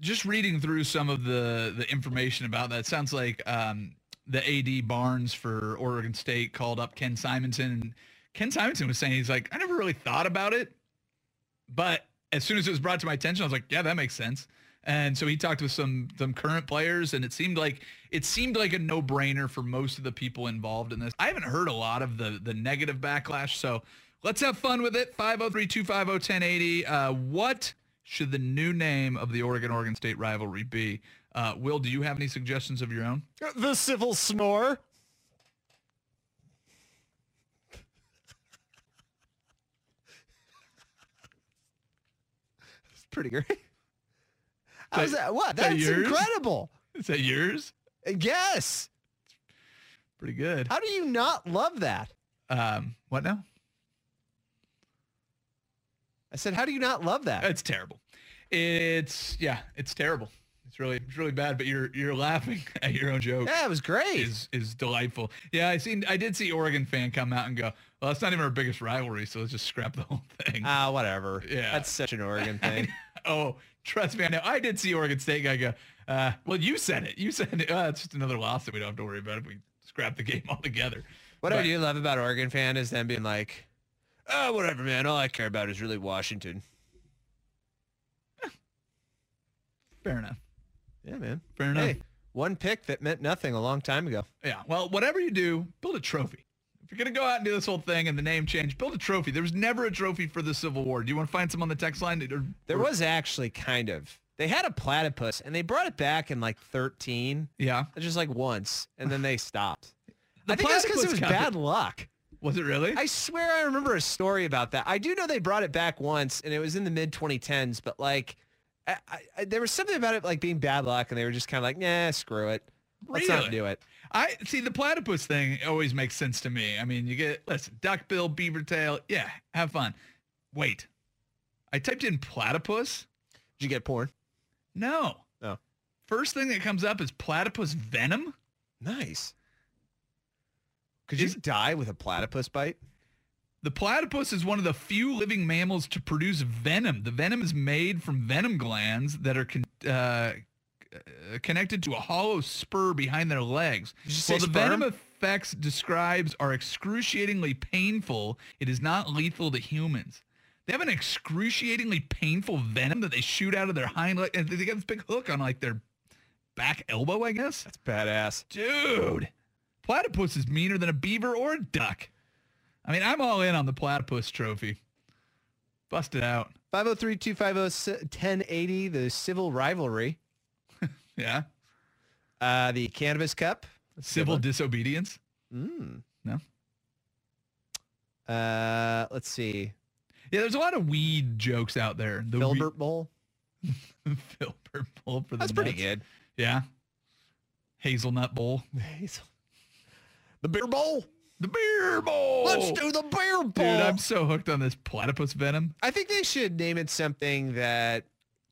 Speaker 2: just reading through some of the the information about that sounds like um, the AD Barnes for Oregon State called up Ken Simonson and Ken Simonson was saying he's like I never really thought about it but as soon as it was brought to my attention I was like yeah that makes sense and so he talked with some some current players and it seemed like it seemed like a no-brainer for most of the people involved in this I haven't heard a lot of the the negative backlash so let's have fun with it 503-250-1080 uh, what should the new name of the Oregon Oregon State rivalry be? Uh, Will, do you have any suggestions of your own?
Speaker 3: The civil snore. It's pretty great. I was at what?
Speaker 2: is that
Speaker 3: That's
Speaker 2: yours?
Speaker 3: incredible. Uh,
Speaker 2: Is that yours?
Speaker 3: Yes.
Speaker 2: Pretty good.
Speaker 3: How do you not love that?
Speaker 2: Um, what now?
Speaker 3: I said, how do you not love that?
Speaker 2: It's terrible. It's yeah, it's terrible. It's really it's really bad. But you're you're laughing at your own joke.
Speaker 3: Yeah, it was great.
Speaker 2: Is is delightful. Yeah, I seen I did see Oregon fan come out and go, well, it's not even our biggest rivalry, so let's just scrap the whole thing.
Speaker 3: Ah, whatever.
Speaker 2: Yeah.
Speaker 3: That's such an Oregon thing.
Speaker 2: oh, trust me, I know. I did see Oregon State guy go. Uh, well, you said it. You said it. Uh, it's just another loss that we don't have to worry about if we scrap the game altogether.
Speaker 3: What I
Speaker 2: But-
Speaker 3: do love about Oregon fan is them being like, oh, whatever, man. All I care about is really Washington.
Speaker 2: Fair enough.
Speaker 3: Yeah, man.
Speaker 2: Fair enough.
Speaker 3: Hey, one pick that meant nothing a long time ago.
Speaker 2: Yeah. Well, whatever you do, build a trophy. If you're gonna go out and do this whole thing and the name change, build a trophy. There was never a trophy for the Civil War. Do you want to find some on the text line? Or-
Speaker 3: There was actually kind of. They had a platypus and they brought it back in like 13,
Speaker 2: Yeah.
Speaker 3: just like once, and then they stopped.
Speaker 2: The
Speaker 3: I think that's because it
Speaker 2: platypus
Speaker 3: was
Speaker 2: got
Speaker 3: bad
Speaker 2: it.
Speaker 3: luck.
Speaker 2: Was it really?
Speaker 3: I swear I remember a story about that. I do know they brought it back once, and it was in the mid 2010s. But like, I, I, I- there was something about it like being bad luck, and they were just kind of like, nah, screw it, let's not
Speaker 2: Really?
Speaker 3: do it.
Speaker 2: I see the platypus thing always makes sense to me. I mean, you get listen, duckbill, beaver tail, yeah, have fun. Wait, I typed in platypus.
Speaker 3: Did you get porn?
Speaker 2: No,
Speaker 3: No.
Speaker 2: first thing that comes up is platypus venom.
Speaker 3: Nice. Could you
Speaker 2: Is-
Speaker 3: die with a platypus bite?
Speaker 2: The platypus is one of the few living mammals to produce venom. The venom is made from venom glands that are con- uh, uh, connected to a hollow spur behind their legs.
Speaker 3: Did you say
Speaker 2: While the venom
Speaker 3: sperm?
Speaker 2: effects describes are excruciatingly painful, it is not lethal to humans. They have an excruciatingly painful venom that they shoot out of their hind leg. And they got this big hook on like their back elbow, I guess.
Speaker 3: That's badass.
Speaker 2: Dude, platypus is meaner than a beaver or a duck. I mean, I'm all in on the platypus trophy. Bust it out.
Speaker 3: 503-250-1080, the civil rivalry,
Speaker 2: Yeah.
Speaker 3: uh, the Cannabis Cup,
Speaker 2: Civil disobedience.
Speaker 3: Mm.
Speaker 2: No?
Speaker 3: Uh, let's see.
Speaker 2: Yeah, there's a lot of weed jokes out there. The
Speaker 3: Filbert Bowl.
Speaker 2: Wee- Filbert Bowl for the
Speaker 3: That's pretty
Speaker 2: nuts.
Speaker 3: good.
Speaker 2: Yeah. Hazelnut Bowl.
Speaker 3: The beer bowl.
Speaker 2: The beer bowl.
Speaker 3: Let's do the beer bowl.
Speaker 2: Dude, I'm so hooked on this platypus venom.
Speaker 3: I think they should name it something that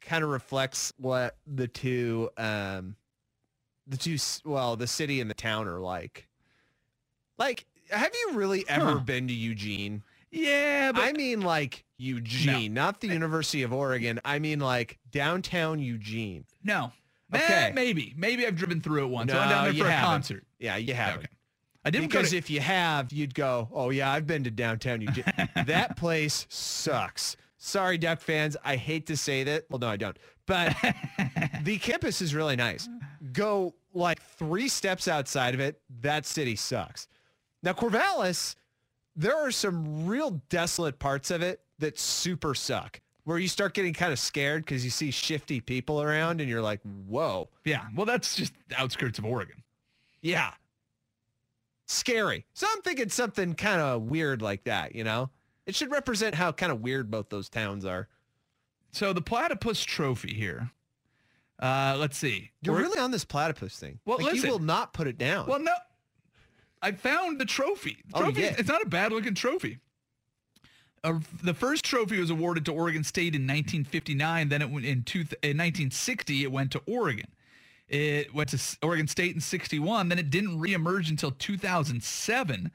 Speaker 3: kind of reflects what the two, um, the two, s- well, the city and the town are like. Like, have you really ever
Speaker 2: Huh.
Speaker 3: been to Eugene?
Speaker 2: Yeah, but
Speaker 3: I mean, like Eugene, not the University of Oregon. I mean, like downtown Eugene.
Speaker 2: no.
Speaker 3: Okay.
Speaker 2: Eh, maybe. Maybe I've driven through it once. I
Speaker 3: No,
Speaker 2: went down there
Speaker 3: you
Speaker 2: for a
Speaker 3: haven't.
Speaker 2: concert.
Speaker 3: Yeah, you haven't.
Speaker 2: Okay. I didn't go
Speaker 3: Because
Speaker 2: to-
Speaker 3: if you have, you'd go, oh yeah, I've been to downtown Eugene. that place sucks. Sorry, Duck fans. I hate to say that. Well, no, I don't. But the campus is really nice. Go like three steps outside of it. That city sucks. Now, Corvallis, there are some real desolate parts of it that super suck where you start getting kind of scared because you see shifty people around and you're like, whoa.
Speaker 2: Yeah. Well, that's just the outskirts of Oregon.
Speaker 3: Yeah. Scary. So I'm thinking something kind of weird like that, you know? It should represent how kind of weird both those towns are.
Speaker 2: So the platypus trophy here Uh, let's see.
Speaker 3: You're
Speaker 2: Or-
Speaker 3: really on this platypus thing.
Speaker 2: Well,
Speaker 3: like,
Speaker 2: listen.
Speaker 3: you will not put it down.
Speaker 2: Well, no. I found the trophy. The
Speaker 3: Oh, you
Speaker 2: trophy
Speaker 3: did?
Speaker 2: It's not a bad looking trophy. Uh, the first trophy was awarded to Oregon State in 1959. Then it went in, two, in 1960, it went to Oregon. It went to S- Oregon State in 61. Then it didn't reemerge until 2007.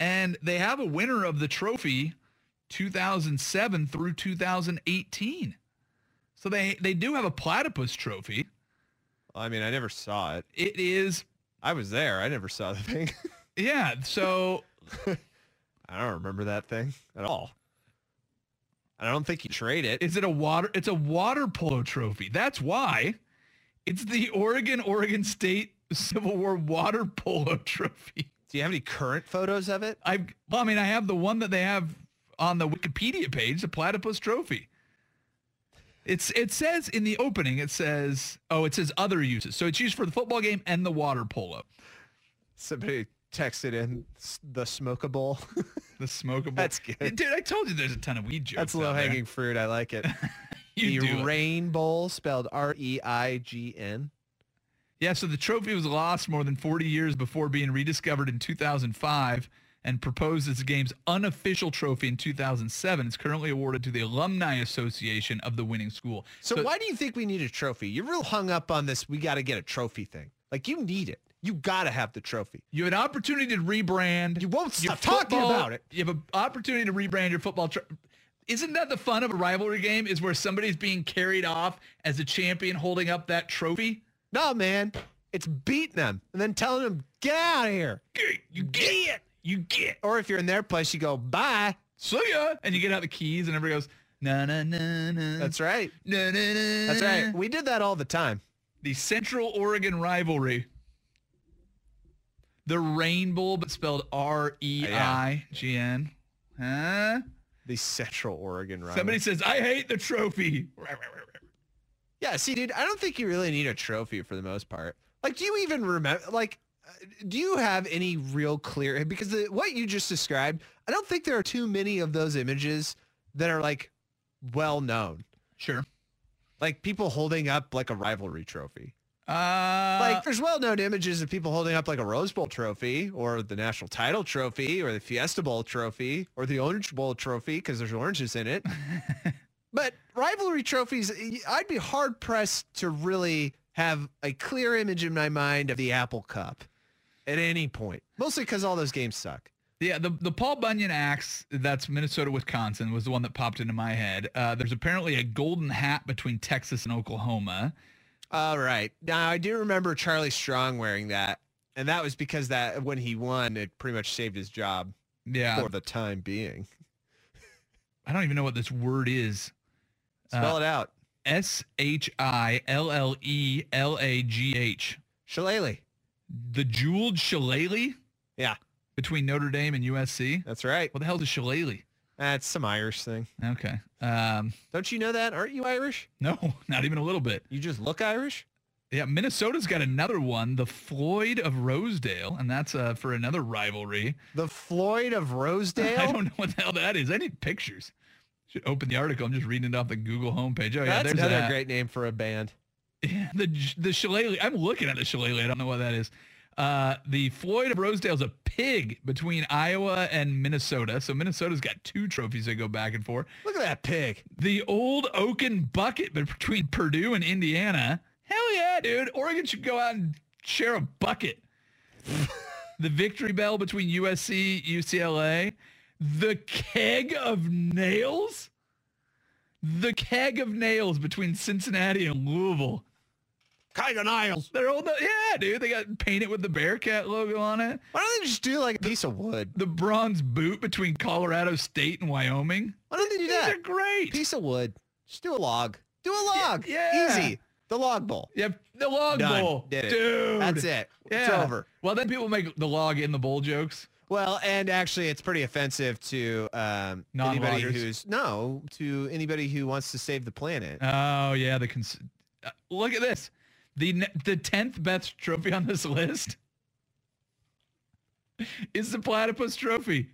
Speaker 2: And they have a winner of the trophy 2007 through 2018. So they, they do have a platypus trophy.
Speaker 3: I mean, I never saw it.
Speaker 2: It is.
Speaker 3: I was there. I never saw the thing.
Speaker 2: Yeah. So
Speaker 3: I don't remember that thing at all. I don't think you trade it.
Speaker 2: Is it a water? It's a water polo trophy. That's why. It's the Oregon Oregon State Civil War water polo trophy.
Speaker 3: Do you have any current photos of it?
Speaker 2: I well, I mean, I have the one that they have on the Wikipedia page, the platypus trophy. It's it says in the opening, it says, oh, it says other uses. So it's used for the football game and the water polo.
Speaker 3: Somebody texted in s- the smokable.
Speaker 2: the smokable.
Speaker 3: That's good.
Speaker 2: Dude, I told you there's a ton of weed jokes.
Speaker 3: That's
Speaker 2: out there.
Speaker 3: low hanging fruit. I like it.
Speaker 2: You
Speaker 3: the
Speaker 2: do it.
Speaker 3: rain bowl spelled R E I G N.
Speaker 2: Yeah, so the trophy was lost more than 40 years before being rediscovered in 2005 and proposed as the game's unofficial trophy in 2007. It's currently awarded to the Alumni Association of the winning school.
Speaker 3: So, why do you think we need a trophy? You're real hung up on this. We got to get a trophy thing. Like you need it. You got to have the trophy.
Speaker 2: You had an opportunity to rebrand. You
Speaker 3: won't stop talking about it.
Speaker 2: You have an opportunity to rebrand your football. Tro- Isn't that the fun of a rivalry game? Is where somebody's being carried off as a champion, holding up that trophy.
Speaker 3: No, man. It's beating them and then telling them, get out of here.
Speaker 2: You get, it. You get.
Speaker 3: Or if you're in their place, you go, bye.
Speaker 2: See ya. And you get out the keys, and everybody goes, na na na na.
Speaker 3: That's right.
Speaker 2: Na, na, na,
Speaker 3: That's right. We did that all the time.
Speaker 2: The Central Oregon rivalry. The Rain Bowl, but spelled R E I G N. Huh?
Speaker 3: The Central Oregon rivalry.
Speaker 2: Somebody says, I hate the trophy.
Speaker 3: Yeah, see, dude, I don't think you really need a trophy for the most part. Like, do you even remember? Like, uh, do you have any real clear? Because the, what you just described, I don't think there are too many of those images that are like well known.
Speaker 2: Sure.
Speaker 3: Like people holding up like a rivalry trophy.
Speaker 2: Uh,
Speaker 3: like there's well-known images of people holding up like a Rose Bowl trophy or the national title trophy or the Fiesta Bowl trophy or the Orange Bowl trophy because there's oranges in it. but rivalry trophies, y- I'd be hard pressed to really have a clear image in my mind of the Apple Cup at any point. Mostly because all those games suck.
Speaker 2: Yeah, the, the Paul Bunyan axe, that's Minnesota, Wisconsin, was the one that popped into my head. Uh, there's apparently a golden hat between Texas and Oklahoma.
Speaker 3: All right. Now I do remember Charlie Strong wearing that, and that was because that when he won, it pretty much saved his job.
Speaker 2: Yeah.
Speaker 3: For the time being.
Speaker 2: I don't even know what this word is. uh,
Speaker 3: Spell it out.
Speaker 2: S H I L L E L A G H.
Speaker 3: Shillelagh.
Speaker 2: The jeweled shillelagh?
Speaker 3: Yeah.
Speaker 2: Between Notre Dame and USC?
Speaker 3: That's right.
Speaker 2: What the hell's a shillelagh?
Speaker 3: That's some Irish thing.
Speaker 2: Okay. Um,
Speaker 3: Don't you know that? Aren't you Irish?
Speaker 2: no, not even a little bit.
Speaker 3: You just look Irish?
Speaker 2: Yeah, Minnesota's got another one, the Floyd of Rosedale, and that's uh, for another rivalry.
Speaker 3: The Floyd of Rosedale?
Speaker 2: I don't know what the hell that is. I need pictures. Should open the article. I'm just reading it off the Google homepage. Oh yeah,
Speaker 3: That's
Speaker 2: there's
Speaker 3: another
Speaker 2: that.
Speaker 3: great name for a band.
Speaker 2: Yeah, the the shillelagh. I'm looking at the shillelagh. I don't know what that is. Uh, the Floyd of Rosedale's a pig between Iowa and Minnesota. So Minnesota's got two trophies that go back and forth.
Speaker 3: Look at that pig.
Speaker 2: The old oaken bucket between Purdue and Indiana. Hell yeah, dude. Oregon should go out and share a bucket. the victory bell between USC, UCLA. The keg of nails. The keg of nails between Cincinnati and Louisville.
Speaker 3: Keg of nails.
Speaker 2: They're old. Yeah, dude. They got painted with the Bearcat logo on it.
Speaker 3: Why don't they just do like a piece of wood?
Speaker 2: The bronze boot between Colorado State and Wyoming.
Speaker 3: Why don't they do
Speaker 2: These
Speaker 3: that?
Speaker 2: are great.
Speaker 3: Piece of wood. Just do a log. Do a log.
Speaker 2: yeah.
Speaker 3: Easy. The log bowl.
Speaker 2: Yep, the log
Speaker 3: Done.
Speaker 2: bowl.
Speaker 3: Did it.
Speaker 2: Dude.
Speaker 3: That's it. It's
Speaker 2: Yeah.
Speaker 3: over.
Speaker 2: Well, then people make the log in the bowl jokes.
Speaker 3: Well, and actually, it's pretty offensive to um, anybody
Speaker 2: Non-loggers.
Speaker 3: who's no to anybody who wants to save the planet.
Speaker 2: Oh yeah, the cons- uh, look at this. The ne- the tenth best trophy on this list is the platypus trophy.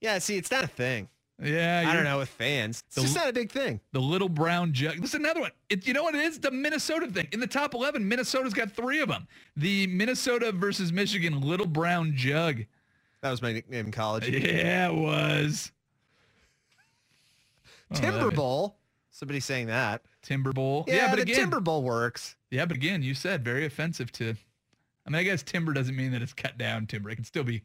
Speaker 3: Yeah, see, it's not a thing.
Speaker 2: Yeah,
Speaker 3: I
Speaker 2: Uh, you're-
Speaker 3: don't know with fans. It's
Speaker 2: The-
Speaker 3: just not a big thing.
Speaker 2: The little brown jug. This is another one. It, you know what it is? The Minnesota thing. In the top 11, Minnesota's got three of them. The Minnesota versus Michigan little brown jug.
Speaker 3: That was my nickname in college.
Speaker 2: Oh, Yeah, it was.
Speaker 3: Timber Bowl. Somebody saying that.
Speaker 2: Timber Bowl.
Speaker 3: Yeah,
Speaker 2: Yeah, but
Speaker 3: the
Speaker 2: again-
Speaker 3: Timber Bowl works.
Speaker 2: Yeah, but again, you said very offensive to. I mean, I guess timber doesn't mean that it's cut down timber. It can still be.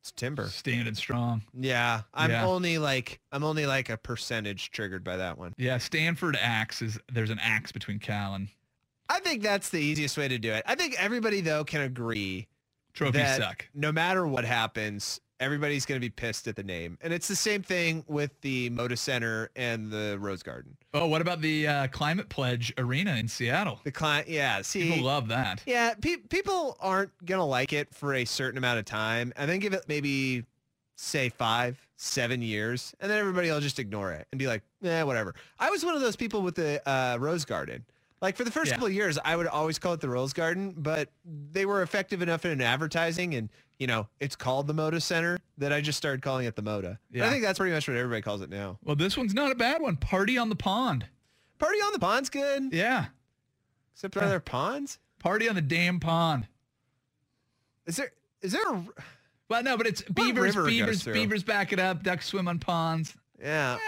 Speaker 3: It's timber.
Speaker 2: Standing strong.
Speaker 3: Yeah, I'm
Speaker 2: Yeah.
Speaker 3: only like I'm only like a percentage triggered by that one.
Speaker 2: Yeah, Stanford axe is there's an axe between Cal and
Speaker 3: I think that's the easiest way to do it. I think everybody though can agree
Speaker 2: Trophies
Speaker 3: that
Speaker 2: suck.
Speaker 3: No matter what happens, everybody's going to be pissed at the name. And it's the same thing with the Moda Center and the Rose Garden.
Speaker 2: Oh, what about the uh, climate pledge arena in Seattle?
Speaker 3: The client, yeah, see,
Speaker 2: People love that.
Speaker 3: Yeah, pe- people aren't going to like it for a certain amount of time and then give it maybe, say, five, seven years. And then everybody will just ignore it and be like, eh, whatever. I was one of those people with the uh, Rose Garden. Like for the first
Speaker 2: Yeah.
Speaker 3: couple of years, I would always call it the Rose Garden, but they were effective enough in advertising and, you know, it's called the Moda Center that I just started calling it the Moda. And I
Speaker 2: Yeah.
Speaker 3: think that's pretty much what everybody calls it now.
Speaker 2: Well, this one's not a bad one. Party on the pond.
Speaker 3: Party on the pond's good.
Speaker 2: Yeah.
Speaker 3: Except are there ponds?
Speaker 2: Party on the damn pond.
Speaker 3: Is there is there a
Speaker 2: Well, no, but it's
Speaker 3: What
Speaker 2: beavers,
Speaker 3: river goes
Speaker 2: beavers,
Speaker 3: through?
Speaker 2: beavers back it up. Ducks swim on ponds. Um,
Speaker 3: Yeah.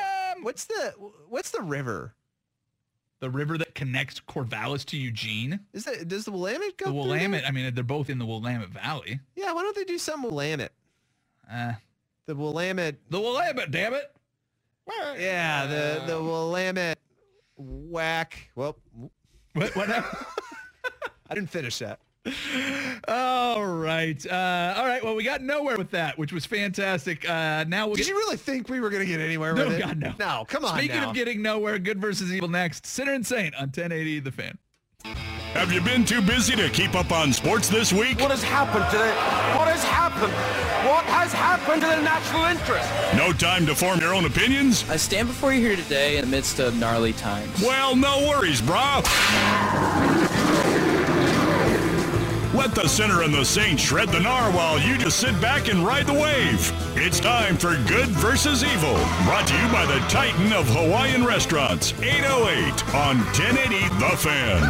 Speaker 3: what's the what's the river?
Speaker 2: The river that connects Corvallis to Eugene.
Speaker 3: Is that does the Willamette go
Speaker 2: The
Speaker 3: through there?
Speaker 2: Willamette. I mean, they're both in the Willamette Valley.
Speaker 3: Yeah, why don't they do some Willamette?
Speaker 2: Uh,
Speaker 3: The Willamette.
Speaker 2: The Willamette, damn it.
Speaker 3: Yeah,
Speaker 2: Uh.
Speaker 3: the the Willamette whack. Well,
Speaker 2: what? What?
Speaker 3: I didn't finish that.
Speaker 2: All right. Uh, all right. Well, we got nowhere with that, which was fantastic. Uh, now we'll
Speaker 3: Did
Speaker 2: get-
Speaker 3: you really think we were gonna get anywhere
Speaker 2: No,
Speaker 3: with it?
Speaker 2: God, no.
Speaker 3: No, come on.
Speaker 2: Speaking
Speaker 3: now.
Speaker 2: of getting nowhere, good versus evil next. Sinner and Saint on 1080 The Fan.
Speaker 1: Have you been too busy to keep up on sports this week? What has happened to the What has happened? What has happened to the national interest? No time to form your own opinions?
Speaker 11: I stand before you here today in the midst of gnarly times.
Speaker 1: Well, no worries, brah. Let the sinner and the saint shred the gnar while you just sit back and ride the wave. It's time for Good versus Evil, brought to you by the Titan of Hawaiian Restaurants, 808 on 1080 The Fan.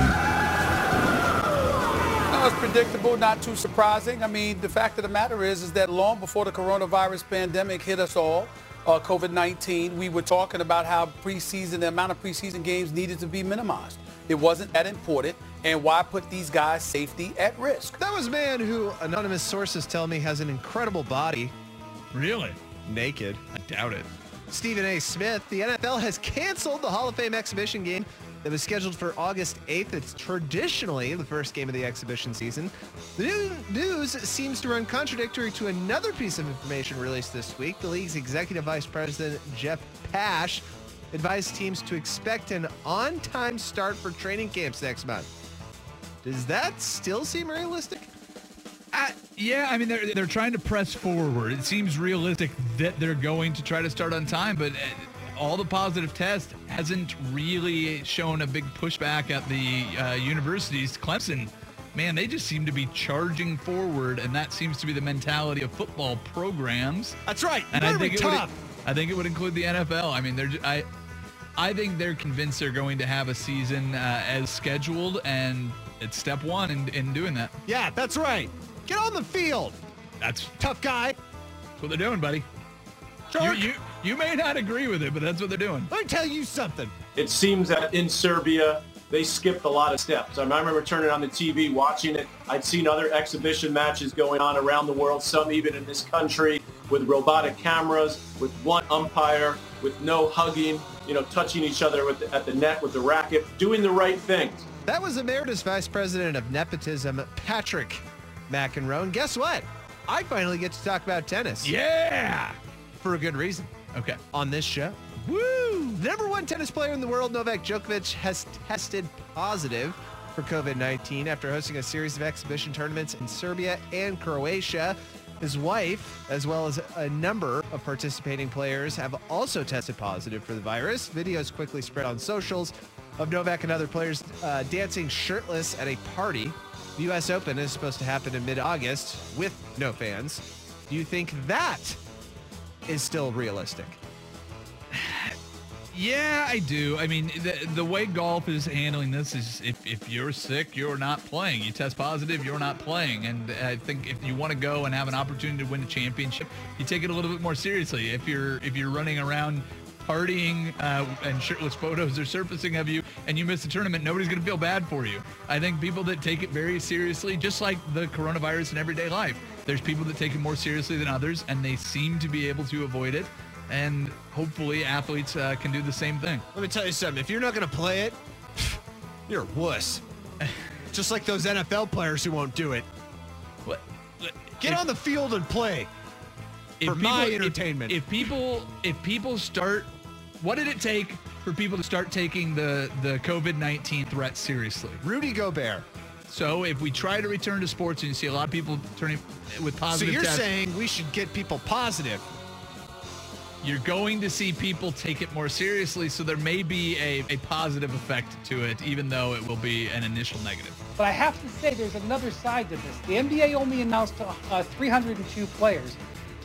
Speaker 12: No, it's predictable, not too surprising. I mean, the fact of the matter is, is that long before the coronavirus pandemic hit us all, uh, COVID-19, we were talking about how preseason, the amount of preseason games needed to be minimized. It wasn't that important, and why put these guys' safety at risk?
Speaker 3: That was a man who anonymous sources tell me has an incredible body.
Speaker 2: Really?
Speaker 3: Naked.
Speaker 2: I doubt it.
Speaker 3: Stephen A. Smith, the NFL has canceled the Hall of Fame exhibition game that was scheduled for August 8th. It's traditionally the first game of the exhibition season. The new news seems to run contradictory to another piece of information released this week. The league's executive vice president, Jeff Pash, advised teams to expect an on-time start for training camps next month. Does that still seem realistic?
Speaker 2: I, yeah, I mean they're they're trying to press forward. It seems realistic that they're going to try to start on time, but uh, all the positive test hasn't really shown a big pushback at the uh, universities. Clemson, man, they just seem to be charging forward, and that seems to be the mentality of football programs.
Speaker 3: That's right.
Speaker 2: And I think it would, I think it would include the NFL. I mean, they're ju- I I think they're convinced they're going to have a season uh, as scheduled, and it's step one in, in doing that.
Speaker 3: Yeah, that's right. Get on the field.
Speaker 2: That's
Speaker 3: tough guy.
Speaker 2: That's what they're doing, buddy. You, you you may not agree with it, but that's what they're doing.
Speaker 3: Let me tell you something.
Speaker 13: It seems that in Serbia, they skipped a lot of steps. I mean, I remember turning on the TV, watching it. I'd seen other exhibition matches going on around the world, some even in this country, with robotic cameras, with one umpire, with no hugging, you know, touching each other with the, at the net with the racket, doing the right things.
Speaker 3: That was Emeritus Vice President of Nepotism, Patrick McEnroe. And guess what? I finally get to talk about tennis.
Speaker 2: Yeah!
Speaker 3: For a good reason.
Speaker 2: Okay.
Speaker 3: On this show. Woo! The number one tennis player in the world, Novak Djokovic, has tested positive for COVID-19 after hosting a series of exhibition tournaments in Serbia and Croatia. His wife, as well as a number of participating players, have also tested positive for the virus. Videos quickly spread on socials of Novak and other players uh, dancing shirtless at a party. The U.S. Open is supposed to happen in mid-August with no fans. Do you think that is still realistic?
Speaker 2: Yeah, I do. I mean, the, the way golf is handling this is if, if you're sick, you're not playing. You test positive, you're not playing. And I think if you want to go and have an opportunity to win a championship, you take it a little bit more seriously. If you're if you're running around partying uh, and shirtless photos are surfacing of you and you miss the tournament, nobody's going to feel bad for you. I think people that take it very seriously, just like the coronavirus in everyday life, there's people that take it more seriously than others and they seem to be able to avoid it. And hopefully athletes uh, can do the same thing.
Speaker 3: Let me tell you something. If you're not going to play it, you're a wuss. Just like those NFL players who won't do it.
Speaker 2: What?
Speaker 3: Get on the field and play. for my entertainment.
Speaker 2: If, people if people start what did it take for people to start taking the the COVID-19 threat seriously?
Speaker 3: Rudy Gobert.
Speaker 2: So if we try to return to sports and you see a lot of people turning with
Speaker 3: so
Speaker 2: positive
Speaker 3: you're
Speaker 2: tests,
Speaker 3: saying we should get people positive.
Speaker 2: you're going to see people take it more seriously, so there may be a, a positive effect to it, even though it will be an initial negative.
Speaker 14: But I have to say, there's another side to this. The NBA only announced uh, 302 players.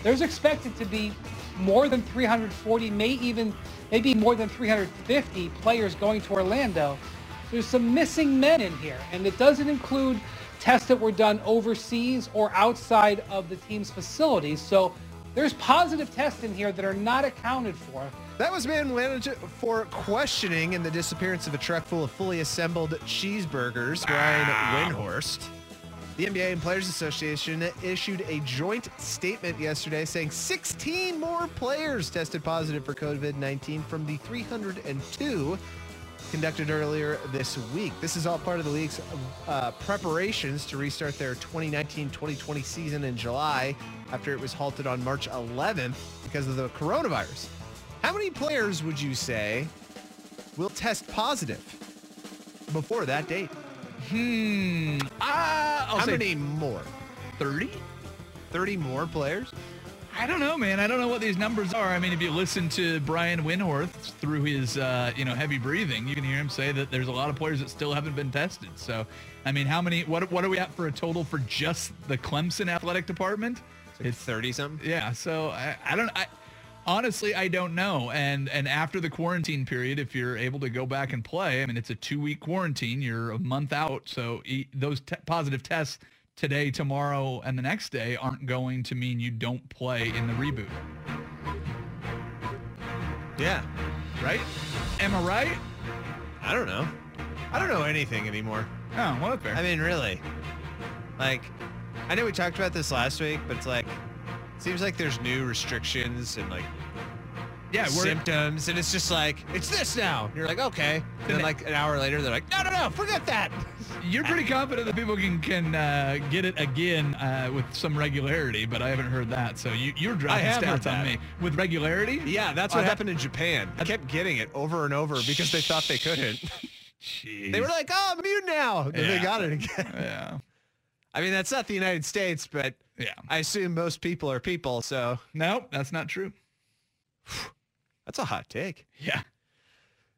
Speaker 14: There's expected to be more than 340, may even maybe more than 350 players going to Orlando. There's some missing men in here, and it doesn't include tests that were done overseas or outside of the team's facilities. So there's positive tests in here that are not accounted for.
Speaker 3: That was man wanted for questioning in the disappearance of a truck full of fully assembled cheeseburgers. Brian Windhorst. The NBA and Players Association issued a joint statement yesterday saying 16 more players tested positive for COVID-19 from the 302 conducted earlier this week. This is all part of the league's uh, preparations to restart their 2019-2020 season in July after it was halted on March 11th because of the coronavirus. How many players would you say will test positive before that date?
Speaker 2: Hmm. I'll
Speaker 3: How
Speaker 2: say-
Speaker 3: many more?
Speaker 2: 30?
Speaker 3: 30 more players?
Speaker 2: I don't know, man. I don't know what these numbers are. I mean, if you listen to Brian Windhorst through his, uh, you know, heavy breathing, you can hear him say that there's a lot of players that still haven't been tested. So, I mean, how many? What what are we at for a total for just the Clemson athletic department?
Speaker 3: It's 30 something.
Speaker 2: Yeah. So I, I don't. I honestly I don't know. And and after the quarantine period, if you're able to go back and play, I mean, it's a two week quarantine. You're a month out, so e- those te- positive tests today, tomorrow, and the next day aren't going to mean you don't play in the reboot.
Speaker 3: Yeah.
Speaker 2: Right? Am I right?
Speaker 3: I don't know. I don't know anything anymore.
Speaker 2: Oh, well, fair.
Speaker 3: I mean, really. Like, I know we talked about this last week, but it's like, seems like there's new restrictions and like,
Speaker 2: Yeah, we're-
Speaker 3: symptoms, and it's just like, it's this now. And you're like, okay. And then like an hour later, they're like, no, no, no, forget that.
Speaker 2: You're pretty confident that people can can uh, get it again uh, with some regularity, but I haven't heard that. So you, you're dropping
Speaker 3: have heard
Speaker 2: stats on
Speaker 3: that.
Speaker 2: me with regularity.
Speaker 3: Yeah, that's
Speaker 2: I
Speaker 3: what
Speaker 2: ha-
Speaker 3: happened in Japan. They kept getting it over and over because they thought they couldn't. They were like, oh, I'm immune now. And then
Speaker 2: Yeah.
Speaker 3: they got it again.
Speaker 2: Yeah.
Speaker 3: I mean, that's not the United States, but
Speaker 2: yeah.
Speaker 3: I assume most people are people. So
Speaker 2: Nope, that's not true.
Speaker 3: that's a hot take.
Speaker 2: Yeah.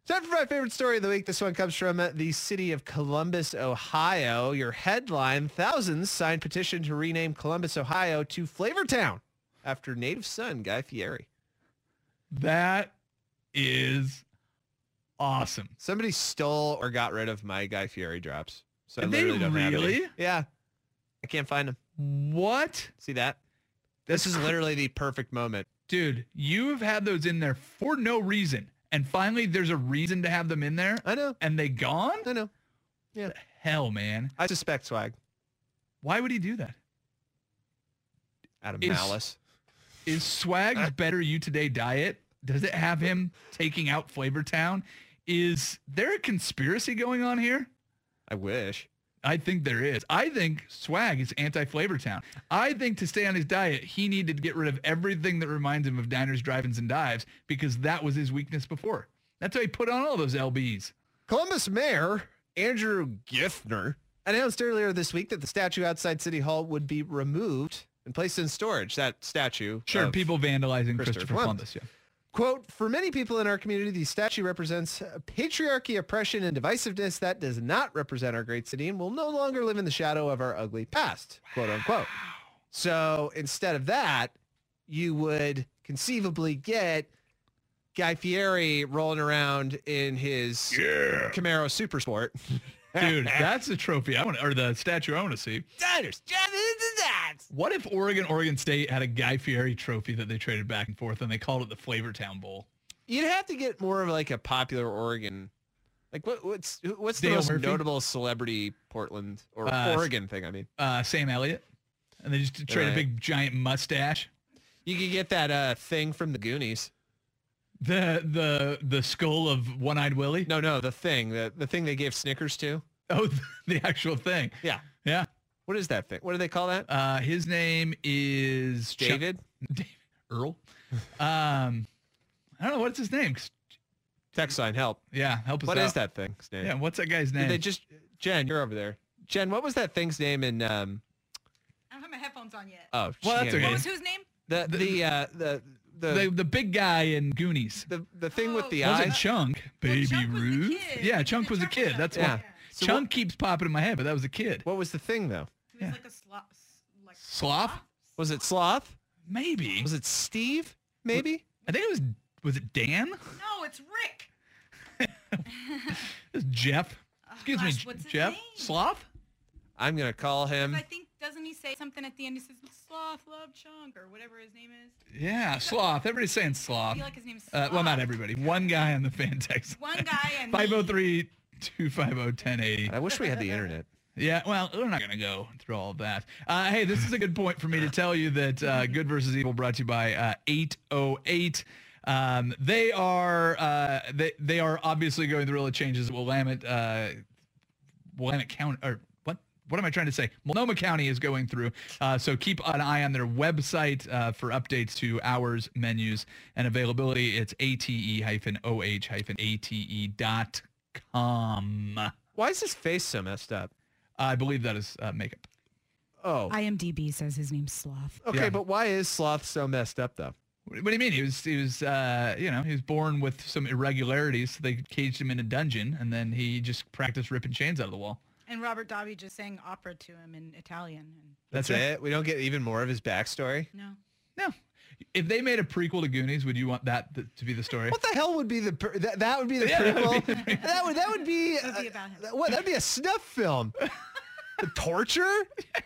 Speaker 3: Time for my favorite story of the week. This one comes from uh, the city of Columbus, Ohio. Your headline, thousands signed petition to rename Columbus, Ohio to Flavortown after native son Guy Fieri.
Speaker 2: That is awesome.
Speaker 3: Somebody stole or got rid of my Guy Fieri drops. So I
Speaker 2: Did they
Speaker 3: literally don't have any.
Speaker 2: really?
Speaker 3: Yeah. I can't find them.
Speaker 2: What?
Speaker 3: See that? This
Speaker 2: That's
Speaker 3: is
Speaker 2: cr-
Speaker 3: literally the perfect moment.
Speaker 2: Dude, you have had those in there for no reason. And finally, there's a reason to have them in there.
Speaker 3: I know.
Speaker 2: And they gone?
Speaker 3: I know. Yeah.
Speaker 2: Hell, man.
Speaker 3: I suspect swag
Speaker 2: Why would he do that?
Speaker 3: out of
Speaker 2: Is-
Speaker 3: malice.
Speaker 2: Is Swag's Better You Today diet, does it have him taking out Flavortown? Is there a conspiracy going on here?
Speaker 3: I wish.
Speaker 2: I think there is. I think swag is anti-Flavortown. I think to stay on his diet, he needed to get rid of everything that reminds him of diners, drive-ins, and dives because that was his weakness before. That's how he put on all those LBs.
Speaker 3: Columbus Mayor Andrew Giffner announced earlier this week that the statue outside City Hall would be removed and placed in storage. That statue.
Speaker 2: Sure,
Speaker 3: of-
Speaker 2: people vandalizing
Speaker 3: Christopher
Speaker 2: Christopher
Speaker 3: Columbus.
Speaker 2: Columbus. Yeah.
Speaker 3: Quote, for many people in our community, the statue represents patriarchy, oppression, and divisiveness that does not represent our great city and will no longer live in the shadow of our ugly past, quote unquote. So instead of that, you would conceivably get Guy Fieri rolling around in his
Speaker 2: Yeah.
Speaker 3: Camaro Super Sport.
Speaker 2: Dude, that's the trophy I want, or the statue I want to see. What if Oregon, Oregon State had a Guy Fieri trophy that they traded back and forth, and they called it the Flavortown Bowl?
Speaker 3: You'd have to get more of like a popular Oregon. Like what, what's who- what's the
Speaker 2: Dale
Speaker 3: most
Speaker 2: Murphy?
Speaker 3: notable celebrity Portland or
Speaker 2: Uh,
Speaker 3: Oregon thing? I mean,
Speaker 2: Uh, Sam Elliott, and they just trade
Speaker 3: Right.
Speaker 2: a big giant mustache.
Speaker 3: you could get that uh, thing from the Goonies.
Speaker 2: The the the skull of One Eyed Willie.
Speaker 3: No, no, the thing, the the thing they gave Snickers to.
Speaker 2: Oh, the actual thing.
Speaker 3: Yeah,
Speaker 2: yeah.
Speaker 3: What is that thing? What do they call that?
Speaker 2: Uh, his name is Chuck-
Speaker 3: David?
Speaker 2: David Earl. Um, I don't know what's his name. 'cause-
Speaker 3: Text sign help.
Speaker 2: Yeah, help us
Speaker 3: What
Speaker 2: out.
Speaker 3: is that thing's name?
Speaker 2: Yeah, what's that guy's
Speaker 3: Did
Speaker 2: name?
Speaker 3: They just Jen, you're over there. Jen, what was that thing's name in um
Speaker 15: I don't have my headphones on yet.
Speaker 3: oh
Speaker 2: Well, that's
Speaker 3: shit.
Speaker 2: Uh, okay.
Speaker 15: What was whose name?
Speaker 3: the the uh the the,
Speaker 2: the the big guy in Goonies.
Speaker 3: The the thing with the
Speaker 2: Oh, was
Speaker 3: eye.
Speaker 2: it Chunk? Baby Ruth. Yeah, Chunk was a kid. That's
Speaker 3: Yeah.
Speaker 2: why.
Speaker 3: So
Speaker 2: Chunk keeps popping in my head, but that was a kid.
Speaker 3: What was the thing though?
Speaker 15: He was like a slop. Like,
Speaker 2: Sloth?
Speaker 3: Was it Sloth?
Speaker 2: Maybe.
Speaker 3: Was it Steve? Maybe.
Speaker 2: I think it was. Was it Dan?
Speaker 15: no, it's Rick.
Speaker 2: It was Jeff. Excuse me,
Speaker 15: Oh, gosh, what's his
Speaker 2: Jeff
Speaker 15: name?
Speaker 2: Sloth.
Speaker 3: I'm gonna call him.
Speaker 15: I think doesn't he say something at the end? He says sloth, love chunk, or whatever his name is.
Speaker 2: Yeah, Sloth. Everybody's saying Sloth.
Speaker 15: feel like his name's
Speaker 2: Uh, well, not everybody. One guy on the fan text.
Speaker 15: One guy and me.
Speaker 2: 503 250 1080.
Speaker 3: I wish we had the internet.
Speaker 2: Yeah, well, we're not going to go through all of that. Uh, hey, this is a good point for me to tell you that uh, Good versus Evil brought to you by uh, 808. Um, they are uh, they, they are obviously going through all the changes at Willamette uh, Willamette County, or what? What am I trying to say? Multnomah County is going through. Uh, so keep an eye on their website uh, for updates to hours, menus, and availability. It's E ate-oh-ate.com.
Speaker 3: Why is his face so messed up?
Speaker 2: I believe that is uh, makeup.
Speaker 3: Oh.
Speaker 15: IMDb says his name's Sloth.
Speaker 3: Okay,
Speaker 2: Yeah.
Speaker 3: but why is Sloth so messed up though?
Speaker 2: What what do you mean? He was he was uh, you know he was born with some irregularities. So they caged him in a dungeon, and then he just practiced ripping chains out of the wall.
Speaker 15: And Robert Dobby just sang opera to him in Italian. And
Speaker 3: That's, it. We don't get even more of his backstory.
Speaker 15: no,
Speaker 2: No, if they made a prequel to Goonies, would you want that th- to be the story?
Speaker 3: What the hell would be the per- that, that would be the
Speaker 2: Yeah, that
Speaker 3: prequel?
Speaker 2: would
Speaker 3: that would that would be,
Speaker 15: It would be
Speaker 3: uh,
Speaker 15: about him.
Speaker 3: that- what that'd be a snuff film. the torture?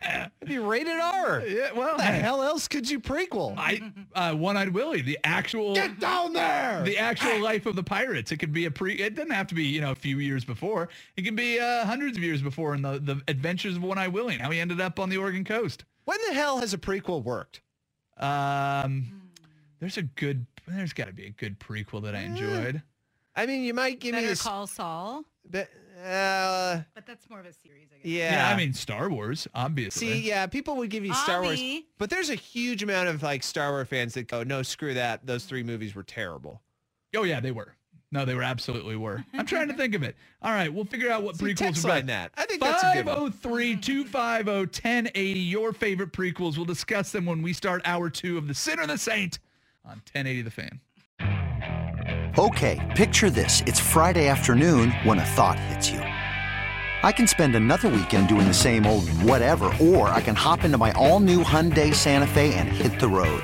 Speaker 3: It'd be rated R.
Speaker 2: Yeah, well,
Speaker 3: what the
Speaker 2: hey.
Speaker 3: hell else could you prequel?
Speaker 2: I uh, One-Eyed Willie, the actual
Speaker 3: Get Ah. down there.
Speaker 2: the actual life of the pirates. It could be a pre. It doesn't have to be you know a few years before. It can be uh, hundreds of years before in the the adventures of One-Eyed Willie and how he ended up on the Oregon coast.
Speaker 3: when the hell has a prequel worked?
Speaker 2: Um, there's a good. There's got to be a good prequel that I enjoyed.
Speaker 3: I mean, you might give me
Speaker 15: Better
Speaker 3: this,
Speaker 15: Call Saul,
Speaker 3: but uh,
Speaker 15: but that's more of a series, I guess.
Speaker 3: yeah.
Speaker 2: I mean Star Wars, obviously.
Speaker 3: See, yeah, people would give you Star Wars,
Speaker 15: Obby.
Speaker 3: but there's a huge amount of like Star Wars fans that go, "No, screw that. Those three movies were terrible."
Speaker 2: Oh yeah, they were. No, they were absolutely were. I'm trying to think of it. All right, we'll figure out what
Speaker 3: See,
Speaker 2: prequels
Speaker 3: text
Speaker 2: are.
Speaker 3: line that. I think that's a good one.
Speaker 2: 503-250-1080. oh, Your favorite prequels. We'll discuss them when we start hour two of The Sinner and the Saint on 1080 The Fan.
Speaker 16: Okay, picture this. It's Friday afternoon when a thought hits you. I can spend another weekend doing the same old whatever, or I can hop into my all-new Hyundai Santa Fe and hit the road.